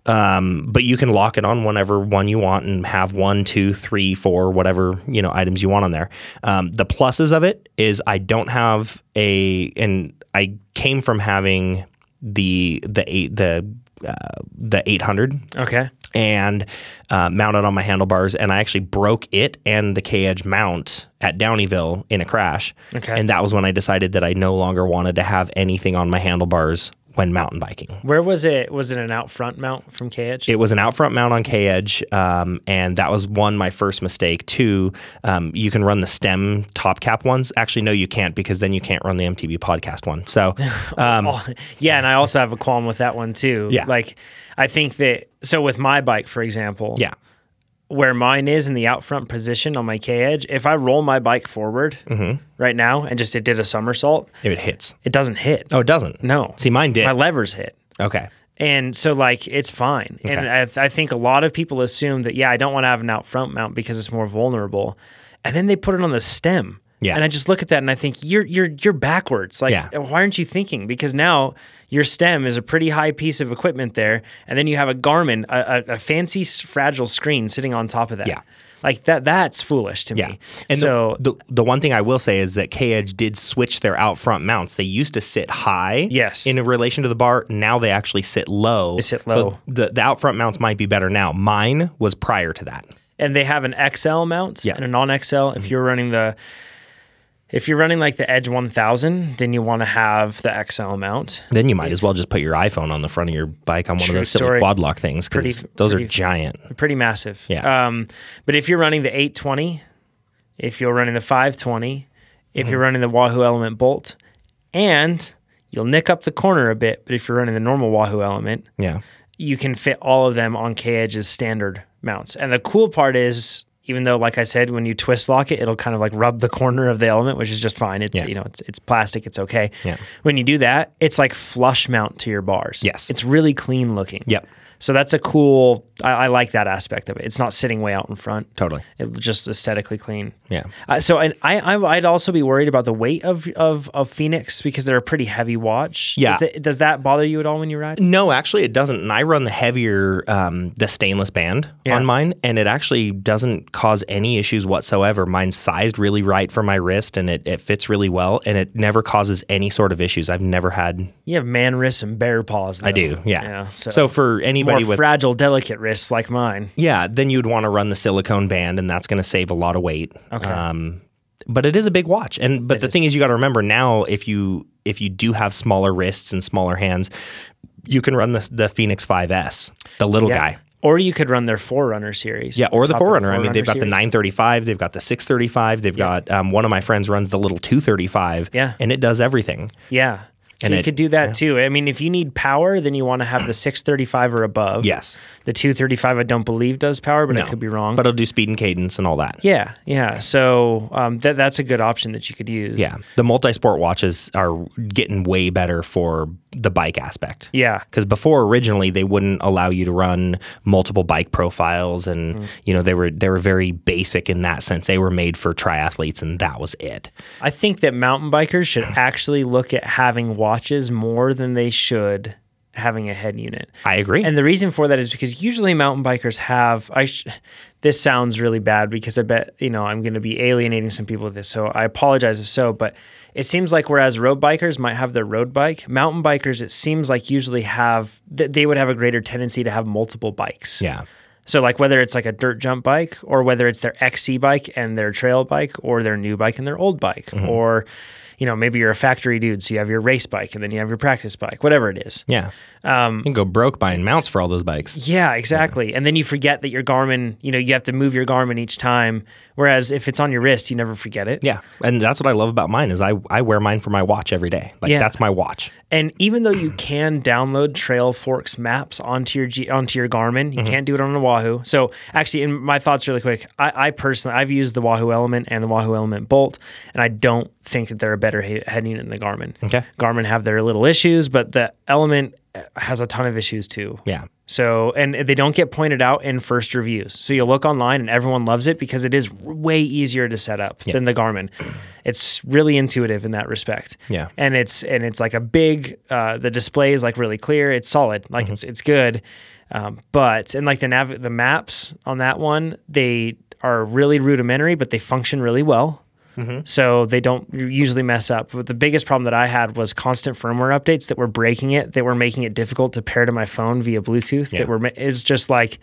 Speaker 2: Um, but you can lock it on whenever one you want and have one, two, three, four, whatever you know items you want on there. Um, the pluses of it is I don't have a, and I came from having the the eight the uh, the 800
Speaker 1: okay.
Speaker 2: and uh, mounted on my handlebars. And I actually broke it and the K Edge mount at Downeyville in a crash.
Speaker 1: Okay.
Speaker 2: And that was when I decided that I no longer wanted to have anything on my handlebars when mountain biking.
Speaker 1: Where was it? Was it an out front mount from KH?
Speaker 2: It was an out front mount on K Edge, um, and that was one my first mistake. Two, um, you can run the stem top cap ones. Actually, no, you can't because then you can't run the MTB podcast one. So, um,
Speaker 1: Oh, yeah, and I also have a qualm with that one too.
Speaker 2: Yeah.
Speaker 1: Like I think that so with my bike, for example,
Speaker 2: yeah,
Speaker 1: where mine is in the out front position on my K edge, if I roll my bike forward
Speaker 2: Mm-hmm.
Speaker 1: right now and just it did a somersault,
Speaker 2: if it hits.
Speaker 1: it doesn't hit.
Speaker 2: Oh, it doesn't.
Speaker 1: No.
Speaker 2: See, mine did.
Speaker 1: My levers hit.
Speaker 2: okay.
Speaker 1: And so, like, it's fine. And I, I think a lot of people assume that, yeah, I don't want to have an out front mount because it's more vulnerable. And then they put it on the stem.
Speaker 2: Yeah.
Speaker 1: And I just look at that and I think you're you're you're backwards. Like,
Speaker 2: Yeah.
Speaker 1: why aren't you thinking? Because now your stem is a pretty high piece of equipment there, and then you have a Garmin, a, a, a fancy s- fragile screen sitting on top of that.
Speaker 2: Yeah.
Speaker 1: Like that that's foolish to
Speaker 2: Yeah.
Speaker 1: me.
Speaker 2: And
Speaker 1: so
Speaker 2: the, the the one thing I will say is that K Edge did switch their out front mounts. They used to sit high
Speaker 1: Yes.
Speaker 2: in relation to the bar. Now they actually sit low. They
Speaker 1: sit low.
Speaker 2: So the, the out front mounts might be better now. Mine was prior to that.
Speaker 1: and they have an XL mount
Speaker 2: Yeah. Mm-hmm.
Speaker 1: and a non-XL. If you're running the, if you're running like the Edge 1000, then you want to have the XL mount.
Speaker 2: Then you might as well just put your iPhone on the front of your bike on one of
Speaker 1: True
Speaker 2: those silly
Speaker 1: story.
Speaker 2: quad lock things because
Speaker 1: Pretty-
Speaker 2: those
Speaker 1: pretty-
Speaker 2: are giant.
Speaker 1: Pretty massive.
Speaker 2: Yeah.
Speaker 1: Um, but if you're running the 820, if you're running the 520, if
Speaker 2: Mm-hmm.
Speaker 1: you're running the Wahoo Element bolt, and you'll nick up the corner a bit, but if you're running the normal Wahoo Element,
Speaker 2: Yeah.
Speaker 1: you can fit all of them on K Edge's standard mounts. And the cool part is, even though, like I said, when you twist lock it, it'll kind of like rub the corner of the element, which is just fine. It's
Speaker 2: Yeah.
Speaker 1: you know, it's it's plastic, it's okay.
Speaker 2: Yeah.
Speaker 1: When you do that, it's like flush mount to your bars.
Speaker 2: Yes.
Speaker 1: It's really clean looking.
Speaker 2: Yep.
Speaker 1: So that's a cool I, I like that aspect of it. It's not sitting way out in front.
Speaker 2: Totally.
Speaker 1: It just aesthetically clean.
Speaker 2: Yeah.
Speaker 1: Uh, so and I, I I'd also be worried about the weight of of of Phoenix because they're a pretty heavy watch.
Speaker 2: Yeah.
Speaker 1: Does, it, does that bother you at all when you ride?
Speaker 2: No, actually, it doesn't. And I run the heavier, um, the stainless band
Speaker 1: Yeah.
Speaker 2: on mine, and it actually doesn't cause any issues whatsoever. Mine's sized really right for my wrist, and it, it fits really well, and it never causes any sort of issues. I've never had.
Speaker 1: You have man wrists and bear paws. Though.
Speaker 2: I do, yeah.
Speaker 1: so,
Speaker 2: so, for anybody
Speaker 1: more
Speaker 2: with,
Speaker 1: fragile, delicate wrists like mine.
Speaker 2: yeah, then you'd want to run the silicone band, and that's going to save a lot of weight.
Speaker 1: Okay.
Speaker 2: Um, but it is a big watch, and but the thing is, you got to remember now if you if you do have smaller wrists and smaller hands, you can run the the Phoenix 5S, the little guy.
Speaker 1: Or you could run their Forerunner series.
Speaker 2: Yeah, or the
Speaker 1: Top of
Speaker 2: Forerunner. I mean, they've got the
Speaker 1: series.
Speaker 2: 935, they've got the 635, they've got um, one of my friends runs the little 235.
Speaker 1: Yeah.
Speaker 2: and it does everything.
Speaker 1: Yeah. So
Speaker 2: And
Speaker 1: you
Speaker 2: it-
Speaker 1: could do that too. I mean, if you need power, then you want to have the 635 or above.
Speaker 2: Yes,
Speaker 1: The 235, I don't believe does power, but I
Speaker 2: No.
Speaker 1: could be wrong.
Speaker 2: but uh, it'll do speed and cadence and all that.
Speaker 1: yeah, yeah. So um, that that's a good option that you could use.
Speaker 2: Yeah, the multi-sport watches are getting way better for the bike aspect.
Speaker 1: Yeah.
Speaker 2: Because before originally they wouldn't allow you to run multiple bike profiles, and
Speaker 1: Mm-hmm.
Speaker 2: you know they were they were very basic in that sense. They were made for triathletes, and that was it.
Speaker 1: I think that mountain bikers should actually look at having watches more than they should having a head unit.
Speaker 2: I agree.
Speaker 1: And the reason for that is because usually mountain bikers have. I sh- this sounds really bad because I bet you know I'm going to be alienating some people with this, so I apologize if so. But it seems like whereas road bikers might have their road bike, mountain bikers it seems like usually have th- they would have a greater tendency to have multiple bikes.
Speaker 2: yeah,
Speaker 1: So like whether it's like a dirt jump bike or whether it's their XC bike and their trail bike or their new bike and their old bike or you know maybe you're a factory dude so you have your race bike and then you have your practice bike whatever it is.
Speaker 2: yeah. Um, you can go broke buying mounts for all those bikes.
Speaker 1: Yeah, exactly. And then you forget that your Garmin, you know, you have to move your Garmin each time. Whereas if it's on your wrist, you never forget it.
Speaker 2: Yeah, and that's what I love about mine is I I wear mine for my watch every day. Like
Speaker 1: Yeah.
Speaker 2: that's my watch.
Speaker 1: And even though you can download Trail Forks maps onto your G- onto your Garmin,
Speaker 2: Mm-hmm.
Speaker 1: you can't do it on a Wahoo. So actually, in my thoughts, really quick, I, I personally I've used the Wahoo Element and the Wahoo Element Bolt, and I don't think that they're a better he- head unit than the Garmin.
Speaker 2: Okay.
Speaker 1: Garmin have their little issues, but the Element uh, has a ton of issues too.
Speaker 2: Yeah.
Speaker 1: So, and they don't get pointed out in first reviews. So you'll look online and everyone loves it because it is way easier to set up than the Garmin. It's really intuitive in that respect.
Speaker 2: Yeah.
Speaker 1: And it's, and it's like a big, uh, the display is like really clear. It's solid. Like it's, it's good. Um, but, and like the nav, the maps on that one, they are really rudimentary, but they function really well. So they don't usually mess up. But the biggest problem that I had was constant firmware updates that were breaking it, that were making it difficult to pair to my phone via Bluetooth. That were ma- it was just like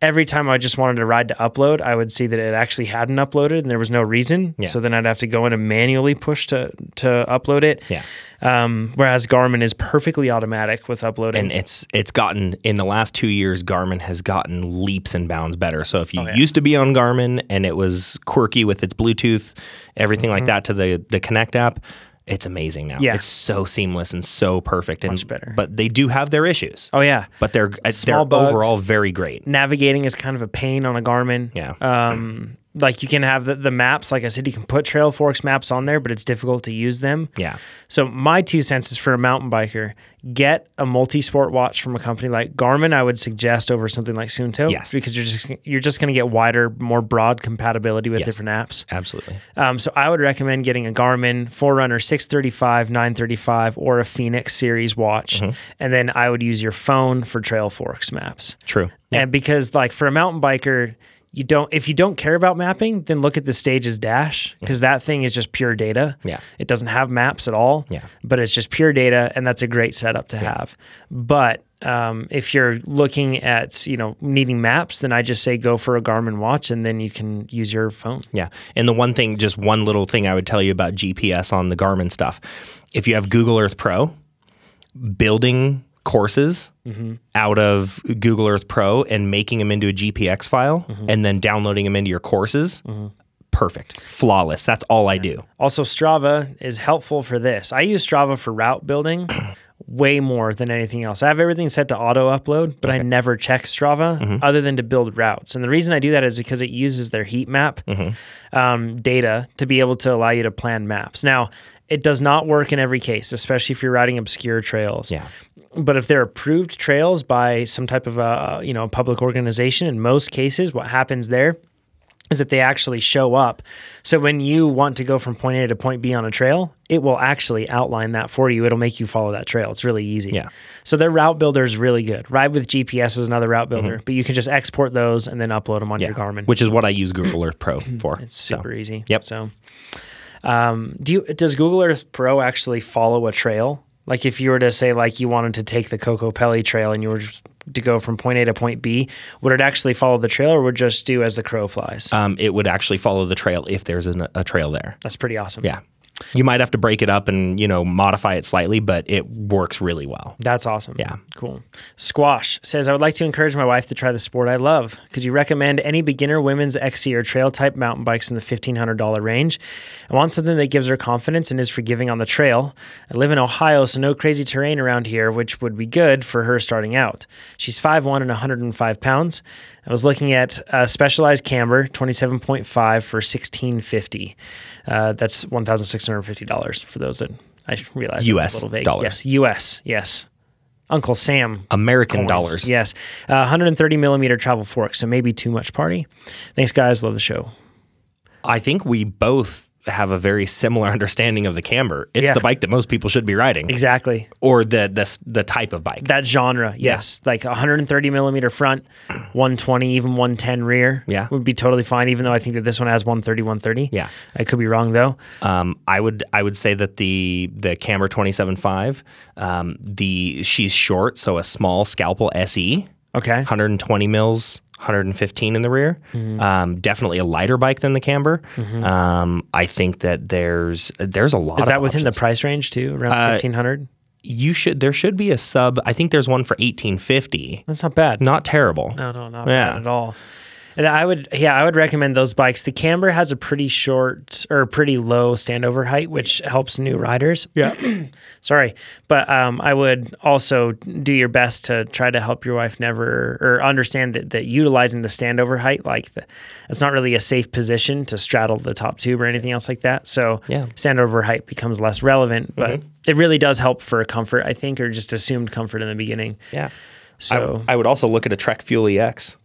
Speaker 1: every time I just wanted to ride to upload, I would see that it actually hadn't uploaded and there was no reason.
Speaker 2: Yeah.
Speaker 1: So then I'd have to go in and manually push to to upload it.
Speaker 2: Yeah.
Speaker 1: Um, whereas Garmin is perfectly automatic with uploading.
Speaker 2: and it's it's gotten in the last two years garmin has gotten leaps and bounds better so
Speaker 1: Oh,
Speaker 2: if you used to be on garmin and it was quirky with its bluetooth everything like that to the the connect app it's amazing now
Speaker 1: Mm-hmm. Yeah.
Speaker 2: it's so seamless and so perfect and
Speaker 1: Much better.
Speaker 2: but they do have their issues
Speaker 1: oh yeah.
Speaker 2: but they're uh,
Speaker 1: Small
Speaker 2: they're
Speaker 1: bugs. Mm.
Speaker 2: overall very great
Speaker 1: Navigating is kind of a pain on a Garmin.
Speaker 2: yeah
Speaker 1: Um, like you can have the, the maps, like I said, you can put Trail Forks maps on there, but it's difficult to use them.
Speaker 2: yeah
Speaker 1: So my two cents is for a mountain biker, get a multi-sport watch from a company like Garmin. I would suggest over something like Suunto,
Speaker 2: Yes.
Speaker 1: because you're just you're just going to get wider, more broad compatibility with
Speaker 2: Yes.
Speaker 1: different apps.
Speaker 2: absolutely
Speaker 1: Um, so I would recommend getting a Garmin Forerunner 635, 935, or a Phoenix series watch,
Speaker 2: Mm-hmm.
Speaker 1: and then I would use your phone for Trail Forks maps.
Speaker 2: true
Speaker 1: And because like for a mountain biker, you don't if you don't care about mapping, then look at the stage's dash because that thing is just pure data.
Speaker 2: Yeah.
Speaker 1: It doesn't have maps at all.
Speaker 2: Yeah.
Speaker 1: But it's just pure data and that's a great setup to have. But um, if you're looking at, you know, needing maps, then I just say go for a Garmin watch and then you can use your phone.
Speaker 2: Yeah. And the one thing, just one little thing I would tell you about GPS on the Garmin stuff. If you have Google Earth Pro, building courses
Speaker 1: Mm-hmm.
Speaker 2: out of Google Earth Pro and making them into a GPX file
Speaker 1: Mm-hmm.
Speaker 2: and then downloading them into your courses, perfect, flawless. That's all I do.
Speaker 1: Also, Strava is helpful for this. I use Strava for route building way more than anything else. I have everything set to auto upload, but I never check Strava other than to build routes. And the reason I do that is because it uses their heat map um, data to be able to allow you to plan maps. Now, it does not work in every case, especially if you're riding obscure trails.
Speaker 2: Yeah.
Speaker 1: But if they're approved trails by some type of a you know public organization, in most cases, what happens there is that they actually show up. So when you want to go from point A to point B on a trail, it will actually outline that for you. It'll make you follow that trail. It's really easy.
Speaker 2: Yeah.
Speaker 1: So their route builder is really good. Ride with GPS is another route builder, but you can just export those and then upload them on your Garmin.
Speaker 2: Which is what I use Google Earth Pro for.
Speaker 1: it's super easy.
Speaker 2: Yep.
Speaker 1: So um, do you does Google Earth Pro actually follow a trail? Like if you were to say like you wanted to take the Coco Pelli trail and you were just to go from point A to point B, would it actually follow the trail or would it just do as the crow flies?
Speaker 2: um, it would actually follow the trail if there's an, a trail there.
Speaker 1: That's pretty awesome.
Speaker 2: Yeah. You might have to break it up and, you know, modify it slightly, but it works really well.
Speaker 1: That's awesome.
Speaker 2: Yeah.
Speaker 1: Cool. Squash says, I would like to encourage my wife to try the sport I love. Could you recommend any beginner women's XC or trail type mountain bikes in the $1,500 range? I want something that gives her confidence and is forgiving on the trail. I live in Ohio, so no crazy terrain around here, which would be good for her starting out. She's 5'1 and 105 pounds. I was looking at a specialized camber, 27.5 for 1650 uh, That's $1,650 for those that I realize.
Speaker 2: US
Speaker 1: that's a little vague.
Speaker 2: dollars.
Speaker 1: Yes, US. Yes. Uncle Sam.
Speaker 2: American
Speaker 1: coins.
Speaker 2: dollars.
Speaker 1: Yes. Uh, 130 millimeter travel fork. So maybe too much party. Thanks, guys. Love the show.
Speaker 2: I think we both have a very similar understanding of the camber. It's
Speaker 1: Yeah.
Speaker 2: the bike that most people should be riding,
Speaker 1: Exactly.
Speaker 2: or the the s- the type of bike.
Speaker 1: That genre. Yes. Like 130 millimeter front, 120, even 110 rear.
Speaker 2: Yeah.
Speaker 1: Would be totally fine, even though I think that this one has 130, 130.
Speaker 2: Yeah.
Speaker 1: I could be wrong, though.
Speaker 2: Um, I would I would say that the the camber twenty seven five, um, the she's short, so a small scalpel E, SE,
Speaker 1: Okay.
Speaker 2: 120 mils, 115 in the rear.
Speaker 1: Mm-hmm.
Speaker 2: Um, definitely a lighter bike than the camber. Um, I think that there's there's a lot.
Speaker 1: Is
Speaker 2: of
Speaker 1: that within the
Speaker 2: options. Uh,
Speaker 1: price range, too? Around 1500
Speaker 2: you should there should be a sub. I think there's one for 1850.
Speaker 1: That's not bad.
Speaker 2: Not terrible.
Speaker 1: No, no, not
Speaker 2: Yeah.
Speaker 1: bad at all. And I would, yeah, I would recommend those bikes. The camber has a pretty short or pretty low standover height, which helps new riders. Yeah. Sorry. But um, I would also do your best to try to help your wife never or understand that, that utilizing the standover height, like the, it's not really a safe position to straddle the top tube or anything else like that. So
Speaker 2: Yeah.
Speaker 1: standover height becomes less relevant, but it really does help for comfort, I think, or just assumed comfort in the beginning.
Speaker 2: Yeah.
Speaker 1: So,
Speaker 2: I would also look at a Trek Fuel E EX,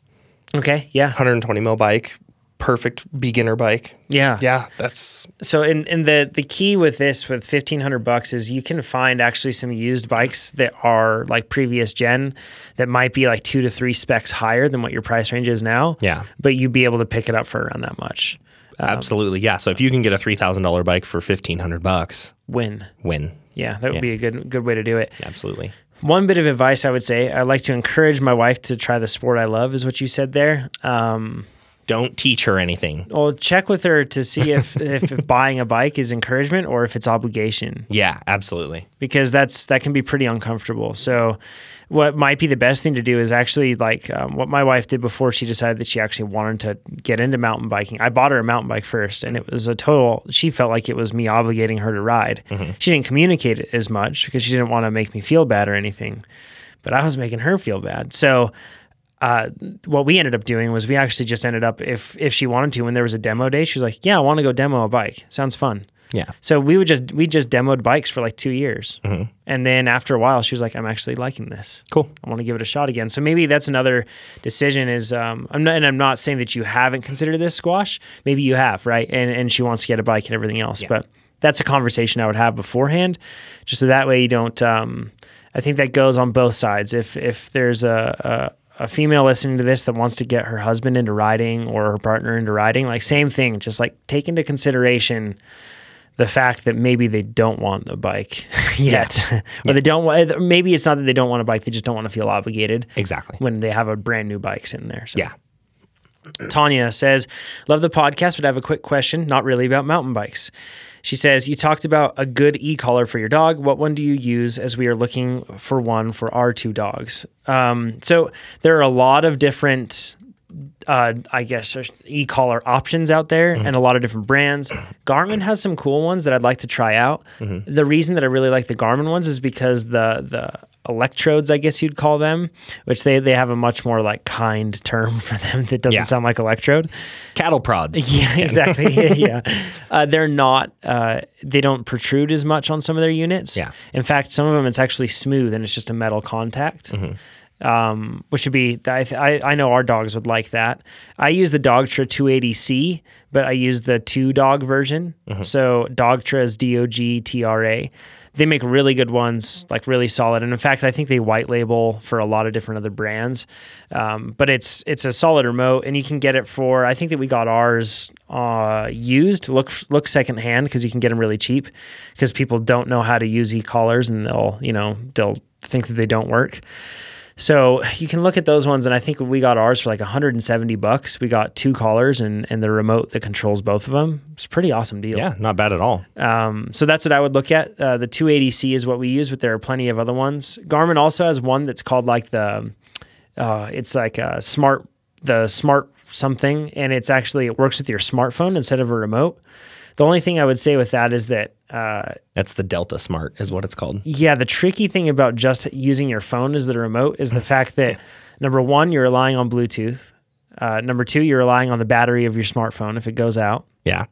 Speaker 1: okay. Yeah.
Speaker 2: 120 mil bike, perfect beginner bike.
Speaker 1: Yeah.
Speaker 2: Yeah, that's
Speaker 1: so and and the the key with this with 1500 bucks is you can find actually some used bikes that are like previous gen that might be like 2 to 3 specs higher than what your price range is now.
Speaker 2: Yeah.
Speaker 1: But you'd be able to pick it up for around that much.
Speaker 2: absolutely yeah. So if you can get a three thousand dollar bike for fifteen hundred bucks,
Speaker 1: Win.
Speaker 2: win.
Speaker 1: Yeah, that would be a good good way to do it.
Speaker 2: Absolutely.
Speaker 1: One bit of advice I would say I'd like to encourage my wife to try the sport I love, is what you said there. Um,
Speaker 2: Don't teach her anything.
Speaker 1: well, check with her to see if, if buying a bike is encouragement or if it's obligation.
Speaker 2: Yeah, absolutely.
Speaker 1: because that's that can be pretty uncomfortable. So, what might be the best thing to do is actually like um, what my wife did before she decided that she actually wanted to get into mountain biking. I bought her a mountain bike first, and it was a total. She felt like it was me obligating her to ride. She didn't communicate it as much because she didn't want to make me feel bad or anything, but I was making her feel bad. So. Uh, what we ended up doing was we actually just ended up if if she wanted to when there was a demo day she was like yeah I want to go demo a bike sounds fun
Speaker 2: Yeah.
Speaker 1: so we would just we just demoed bikes for like two years, and then after a while, she was like, "I'm actually liking this.
Speaker 2: Cool.
Speaker 1: I want to give it a shot again." So maybe that's another decision. Is um, I'm not, and I'm not saying that you haven't considered this squash. Maybe you have, right? And and she wants to get a bike and everything else, but that's a conversation I would have beforehand, just so that way you don't. Um, I think that goes on both sides. If if there's a, a a female listening to this that wants to get her husband into riding or her partner into riding, like same thing, just like take into consideration the fact that maybe they don't want a bike yet, or they don't want. Maybe it's not that they don't want a bike; they just don't want to feel obligated.
Speaker 2: Exactly.
Speaker 1: When they have a brand new bikes in there. So.
Speaker 2: Yeah.
Speaker 1: Tanya says, "Love the podcast, but I have a quick question. Not really about mountain bikes." She says, "You talked about a good e collar for your dog. What one do you use? As we are looking for one for our two dogs." Um, so there are a lot of different uh, I guess there's e-collar options out there and a lot of different brands. Garmin has some cool ones that I'd like to try out. The reason that I really like the Garmin ones is because the the electrodes, I guess you'd call them, which they they have a much more like kind term for them that doesn't
Speaker 2: Yeah.
Speaker 1: sound like electrode.
Speaker 2: Cattle prods.
Speaker 1: Yeah, exactly. yeah, yeah. Uh, they're not. Uh, they don't protrude as much on some of their units.
Speaker 2: Yeah.
Speaker 1: In fact, some of them it's actually smooth and it's just a metal contact. Um, which would be I, th- I I know our dogs would like that. I use the Dogtra 280C, but I use the two dog version. So Dogtra is D O G T R A. They make really good ones, like really solid. And in fact, I think they white label for a lot of different other brands. Um, but it's it's a solid remote, and you can get it for I think that we got ours uh, used. Look look secondhand because you can get them really cheap because people don't know how to use e collars, and they'll you know they'll think that they don't work. So you can look at those ones, and I think we got ours for like 170 bucks. We got two collars and and the remote that controls both of them. It's a pretty awesome deal.
Speaker 2: Yeah, not bad at all.
Speaker 1: Um, so that's what I would look at. Uh, the 280C is what we use, but there are plenty of other ones. Garmin also has one that's called like the, uh, it's like a smart, the smart something, and it's actually it works with your smartphone instead of a remote. The only thing I would say with that is that uh,
Speaker 2: That's the Delta Smart, is what it's called.
Speaker 1: yeah, the tricky thing about just using your phone as the remote is the fact that number one, you're relying on Bluetooth. Uh, number two, you're relying on the battery of your smartphone if it goes out.
Speaker 2: Yeah.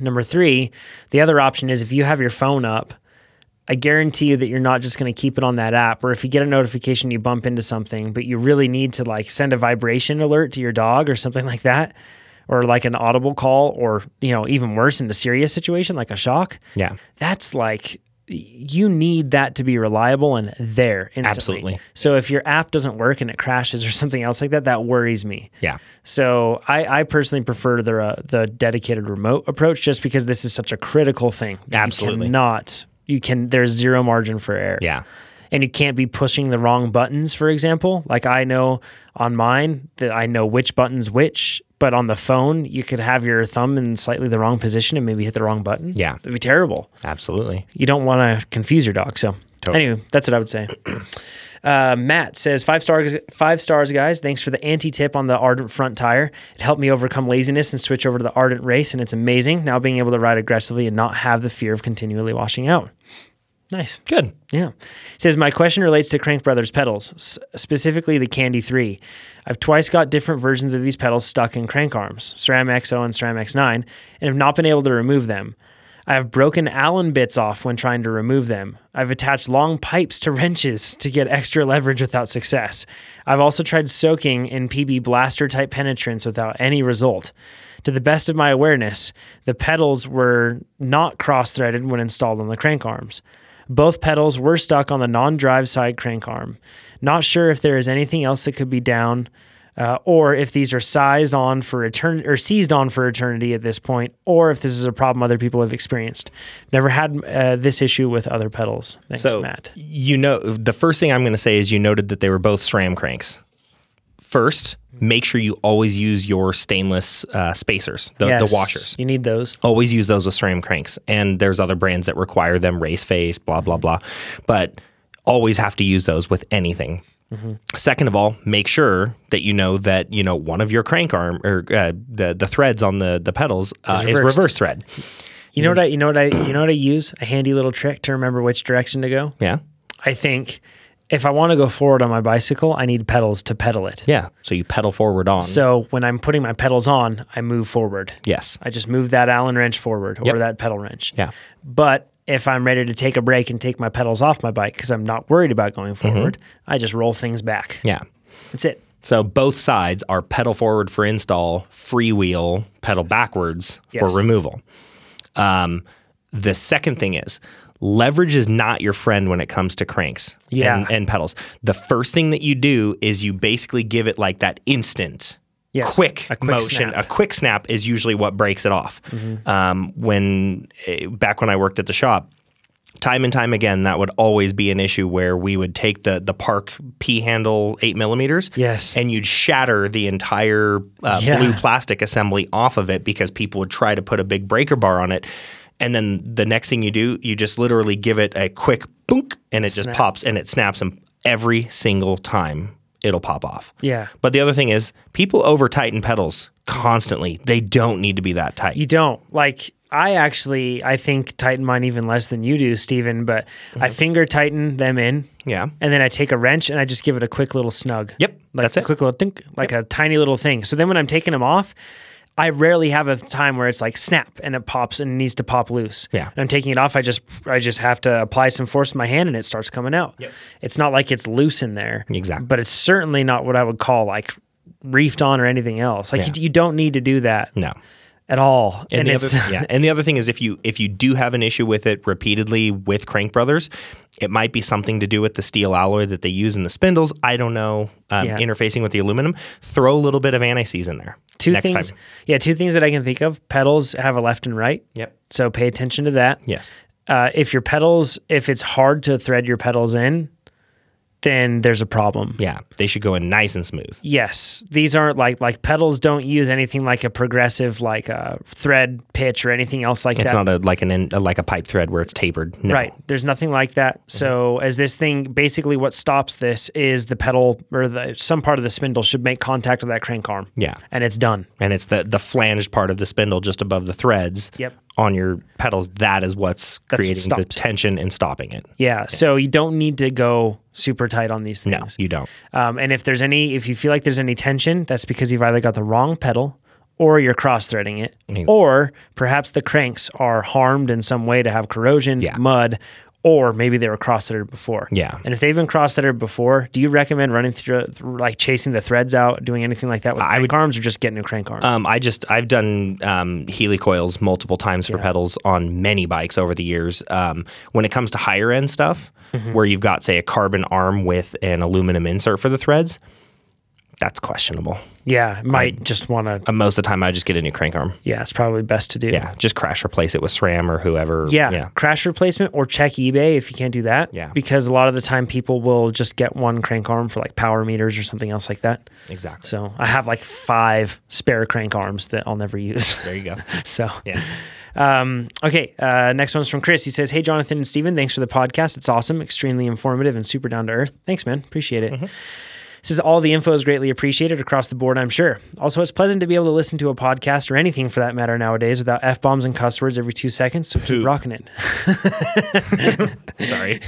Speaker 1: Number three, the other option is if you have your phone up, I guarantee you that you're not just going to keep it on that app. Or if you get a notification, you bump into something, but you really need to like send a vibration alert to your dog or something like that, or like an audible call, or, you know, even worse in a serious situation like a shock.
Speaker 2: Yeah.
Speaker 1: That's like, you need that to be reliable and there instantly.
Speaker 2: Absolutely.
Speaker 1: So if your app doesn't work and it crashes or something else like that, that worries me.
Speaker 2: Yeah.
Speaker 1: So I, I personally prefer the uh, the dedicated remote approach, just because this is such a critical thing. that you
Speaker 2: Absolutely.
Speaker 1: cannot you can there's zero margin for error.
Speaker 2: Yeah.
Speaker 1: and you can't be pushing the wrong buttons. For example, like I know on mine that I know which buttons which, but on the phone you could have your thumb in slightly the wrong position and maybe hit the wrong button.
Speaker 2: Yeah.
Speaker 1: it'd be terrible
Speaker 2: Absolutely.
Speaker 1: you don't want to confuse your dog. So
Speaker 2: Totally.
Speaker 1: anyway, that's what I would say. Uh, Matt says five stars, five stars, guys. Thanks for the anti tip on the Ardent front tire. It helped me overcome laziness and switch over to the Ardent race, and it's amazing now being able to ride aggressively and not have the fear of continually washing out. Nice.
Speaker 2: Good.
Speaker 1: Yeah. It says, My question relates to Crank Brothers pedals, s- specifically the Candy 3. I've twice got different versions of these pedals stuck in crank arms, SRAM XO and SRAM X9, and have not been able to remove them. I have broken Allen bits off when trying to remove them. I've attached long pipes to wrenches to get extra leverage without success. I've also tried soaking in PB blaster type penetrance without any result. To the best of my awareness, the pedals were not cross threaded when installed on the crank arms. Both pedals were stuck on the non drive side crank arm. Not sure if there is anything else that could be down uh, or if these are sized on for eternity or seized on for eternity at this point, or if this is a problem other people have experienced. Never had uh, this issue with other pedals. Thanks,
Speaker 2: So
Speaker 1: Matt.
Speaker 2: you know the first thing I'm going to say is you noted that they were both SRAM cranks. First, make sure you always use your stainless uh, spacers, the,
Speaker 1: Yes,
Speaker 2: the washers.
Speaker 1: You need those.
Speaker 2: Always use those with SRAM cranks, and there's other brands that require them, race face, blah blah blah. But always have to use those with anything. Second of all, make sure that you know that you know one of your crank arm or uh, the the threads on the the pedals uh, is,
Speaker 1: reversed.
Speaker 2: reverse thread.
Speaker 1: You know what I? You know what I? You know what I use? A handy little trick to remember which direction to go.
Speaker 2: Yeah,
Speaker 1: I think if I want to go forward on my bicycle, I need pedals to pedal it.
Speaker 2: yeah. So you pedal forward on.
Speaker 1: So when I'm putting my pedals on, I move forward.
Speaker 2: yes,
Speaker 1: I just move that Allen wrench forward or
Speaker 2: Yep.
Speaker 1: that pedal wrench.
Speaker 2: yeah.
Speaker 1: But if I'm ready to take a break and take my pedals off my bike because I'm not worried about going forward, I just roll things back.
Speaker 2: Mm-hmm. Yeah.
Speaker 1: That's it.
Speaker 2: So both sides are pedal forward for install, freewheel, pedal backwards
Speaker 1: Yes.
Speaker 2: for removal. Um, the second thing is leverage is not your friend when it comes to cranks
Speaker 1: Yeah.
Speaker 2: and, and pedals. The first thing that you do is you basically give it like that instant
Speaker 1: Yes,
Speaker 2: quick,
Speaker 1: a quick
Speaker 2: motion.
Speaker 1: snap. Mm-hmm.
Speaker 2: A quick snap is usually what breaks it off. Um, when eh, back when I worked at the shop, time and time again, that would always be an issue where we would take the the Park P handle eight millimeters,
Speaker 1: Yes.
Speaker 2: and you'd shatter the entire uh,
Speaker 1: Yeah.
Speaker 2: blue plastic assembly off of it because people would try to put a big breaker bar on it. And then the next thing you do, you just literally give it a quick boonk, and it just pops and it snaps, and every single time it'll pop off.
Speaker 1: Yeah.
Speaker 2: But the other thing is, people over tighten pedals constantly. They don't need to be that tight.
Speaker 1: You don't. Like I actually I think tighten mine even less than you do, Steven, but
Speaker 2: Mm-hmm.
Speaker 1: I finger tighten them in.
Speaker 2: yeah.
Speaker 1: And then I take a wrench and I just give it a quick little snug.
Speaker 2: Yep,
Speaker 1: Like
Speaker 2: that's
Speaker 1: a
Speaker 2: it.
Speaker 1: quick little think, like a tiny little thing. So then when I'm taking them off, I rarely have a time where it's like snap and it pops and needs to pop loose.
Speaker 2: Yeah.
Speaker 1: And I'm taking it off. I just I just have to apply some force in my hand and it starts coming out. Yep. It's not like it's loose in there.
Speaker 2: Exactly.
Speaker 1: But it's certainly not what I would call like reefed on or anything else. Like you, you don't need to do that
Speaker 2: No.
Speaker 1: at all.
Speaker 2: And,
Speaker 1: And,
Speaker 2: the
Speaker 1: it's
Speaker 2: Mm. other, yeah. and the other thing is if you if you do have an issue with it repeatedly with Crank Brothers, it might be something to do with the steel alloy that they use in the spindles. I don't know. Um,
Speaker 1: Yeah.
Speaker 2: Interfacing with the aluminum, throw a little bit of anti-seize in there.
Speaker 1: two
Speaker 2: next
Speaker 1: things.
Speaker 2: Time.
Speaker 1: Yeah, two things that I can think of. Pedals have a left and right.
Speaker 2: Yep.
Speaker 1: So pay attention to that.
Speaker 2: Yes.
Speaker 1: uh, if your pedals, if it's hard to thread your pedals in, then there's a problem.
Speaker 2: Yeah. They should go in nice and smooth.
Speaker 1: Yes, these aren't like like pedals don't use anything like a progressive like a thread pitch or anything else like
Speaker 2: It's
Speaker 1: that.
Speaker 2: not a like an in, like a pipe thread where it's tapered. No.
Speaker 1: Right. There's nothing like
Speaker 2: Mm-hmm.
Speaker 1: that. So as this thing basically what stops this is the pedal or the some part of the spindle should make contact with that crank arm.
Speaker 2: Yeah.
Speaker 1: And it's done.
Speaker 2: and it's the the flanged part of the spindle just above the threads
Speaker 1: Yep.
Speaker 2: on your pedals that is what's
Speaker 1: what
Speaker 2: creating the
Speaker 1: stops it.
Speaker 2: tension and stopping it
Speaker 1: Yeah. So you don't need to go super tight on these
Speaker 2: no
Speaker 1: things.
Speaker 2: you don't
Speaker 1: Um, and if there's any, if you feel like there's any tension, that's because you've either got the wrong pedal or you're cross threading it, or perhaps the cranks are harmed in some way to have corrosion,
Speaker 2: Yeah.
Speaker 1: mud, or maybe they were cross threaded before.
Speaker 2: Yeah.
Speaker 1: And if they've been cross threaded before, do you recommend running through, through, like chasing the threads out, doing anything like that with crank arms or just getting new crank arms?
Speaker 2: um, I just I've done um, Healy coils multiple times for pedals on many bikes over the years. Um, when it comes to higher end stuff,
Speaker 1: Mm-hmm.
Speaker 2: where you've got say a carbon arm with an aluminum insert for the threads, that's questionable.
Speaker 1: yeah. Might just want to,
Speaker 2: Uh, most of the time, I just get a new crank arm.
Speaker 1: yeah, it's probably best to do.
Speaker 2: Yeah, just crash replace it with SRAM or whoever.
Speaker 1: Yeah,
Speaker 2: yeah,
Speaker 1: crash replacement or check eBay if you can't do that.
Speaker 2: Yeah.
Speaker 1: Because a lot of the time people will just get one crank arm for like power meters or something else like that.
Speaker 2: exactly.
Speaker 1: So I have like five spare crank arms that I'll never use.
Speaker 2: there you go.
Speaker 1: so,
Speaker 2: Yeah.
Speaker 1: um, okay. Uh, next one's from Chris. He says, Hey, Jonathan and Steven, thanks for the podcast. It's awesome, extremely informative, and super down to earth. Thanks, man. Appreciate it.
Speaker 2: Mm-hmm.
Speaker 1: Says all the info is greatly appreciated across the board, I'm sure. Also, it's pleasant to be able to listen to a podcast or anything for that matter nowadays without F bombs and cuss words every two seconds. So keep rocking it.
Speaker 2: Sorry.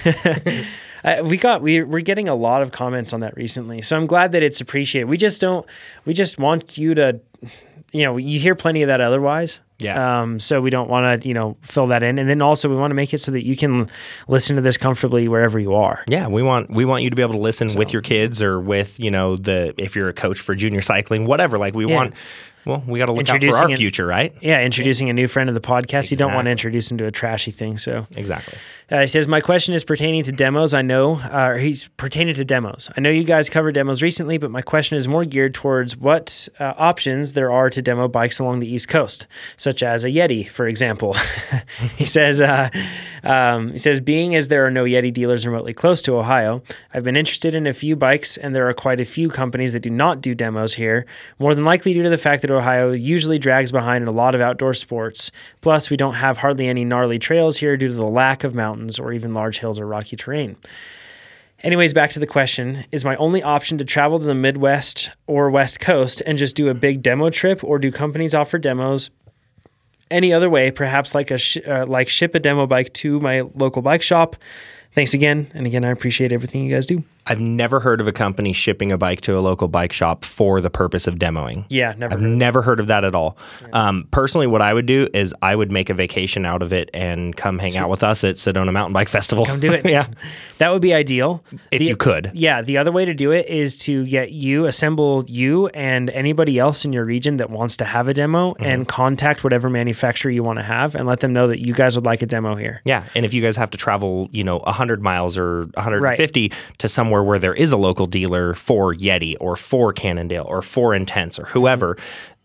Speaker 1: Uh, we got we we're getting a lot of comments on that recently, so I'm glad that it's appreciated. We just don't we just want you to, you know, you hear plenty of that otherwise.
Speaker 2: Yeah.
Speaker 1: Um. So we don't want to you know fill that in, and then also we want to make it so that you can listen to this comfortably wherever you are.
Speaker 2: Yeah, we want we want you to be able to listen with your kids or with you know the if you're a coach for junior cycling, whatever. Like we want Well, we got to look out for
Speaker 1: Introducing
Speaker 2: our
Speaker 1: an-
Speaker 2: future, right?
Speaker 1: Yeah, introducing a new friend of the podcast. You don't want
Speaker 2: Exactly.
Speaker 1: to introduce him to a trashy thing. So
Speaker 2: Exactly.
Speaker 1: uh, he says, My question is pertaining to demos. I know, uh, or he's pertaining to demos. I know you guys covered demos recently, but my question is more geared towards what uh, options there are to demo bikes along the East Coast, such as a Yeti, for example. he says, uh, um, He says, Being as there are no Yeti dealers remotely close to Ohio, I've been interested in a few bikes, and there are quite a few companies that do not do demos here, more than likely due to the fact that Ohio usually drags behind in a lot of outdoor sports. Plus, we don't have hardly any gnarly trails here due to the lack of mountains or even large hills or rocky terrain. Anyways, back to the question Is my only option to travel to the Midwest or West Coast and just do a big demo trip, or do companies offer demos? Any other way, perhaps like a sh- uh, like ship a demo bike to my local bike shop. Thanks again, and again, I appreciate everything you guys do.
Speaker 2: I've never heard of a company shipping a bike to a local bike shop for the purpose of demoing.
Speaker 1: Yeah, never.
Speaker 2: I've
Speaker 1: heard of it.
Speaker 2: never heard of that at all. Um, personally, what I would do is I would make a vacation out of it and come hang out with us at Sedona Mountain Bike Festival.
Speaker 1: Come do it.
Speaker 2: yeah,
Speaker 1: That would be ideal.
Speaker 2: if
Speaker 1: The-
Speaker 2: you could.
Speaker 1: Yeah, the other way to do it is to get you, assemble you and anybody else in your region that wants to have a demo
Speaker 2: Mm-hmm.
Speaker 1: and contact whatever manufacturer you want to have and let them know that you guys would like a demo here.
Speaker 2: Yeah, and if you guys have to travel, you know, 100 miles or 150 to somewhere where there is a local dealer for Yeti or for Cannondale or for Intense or whoever,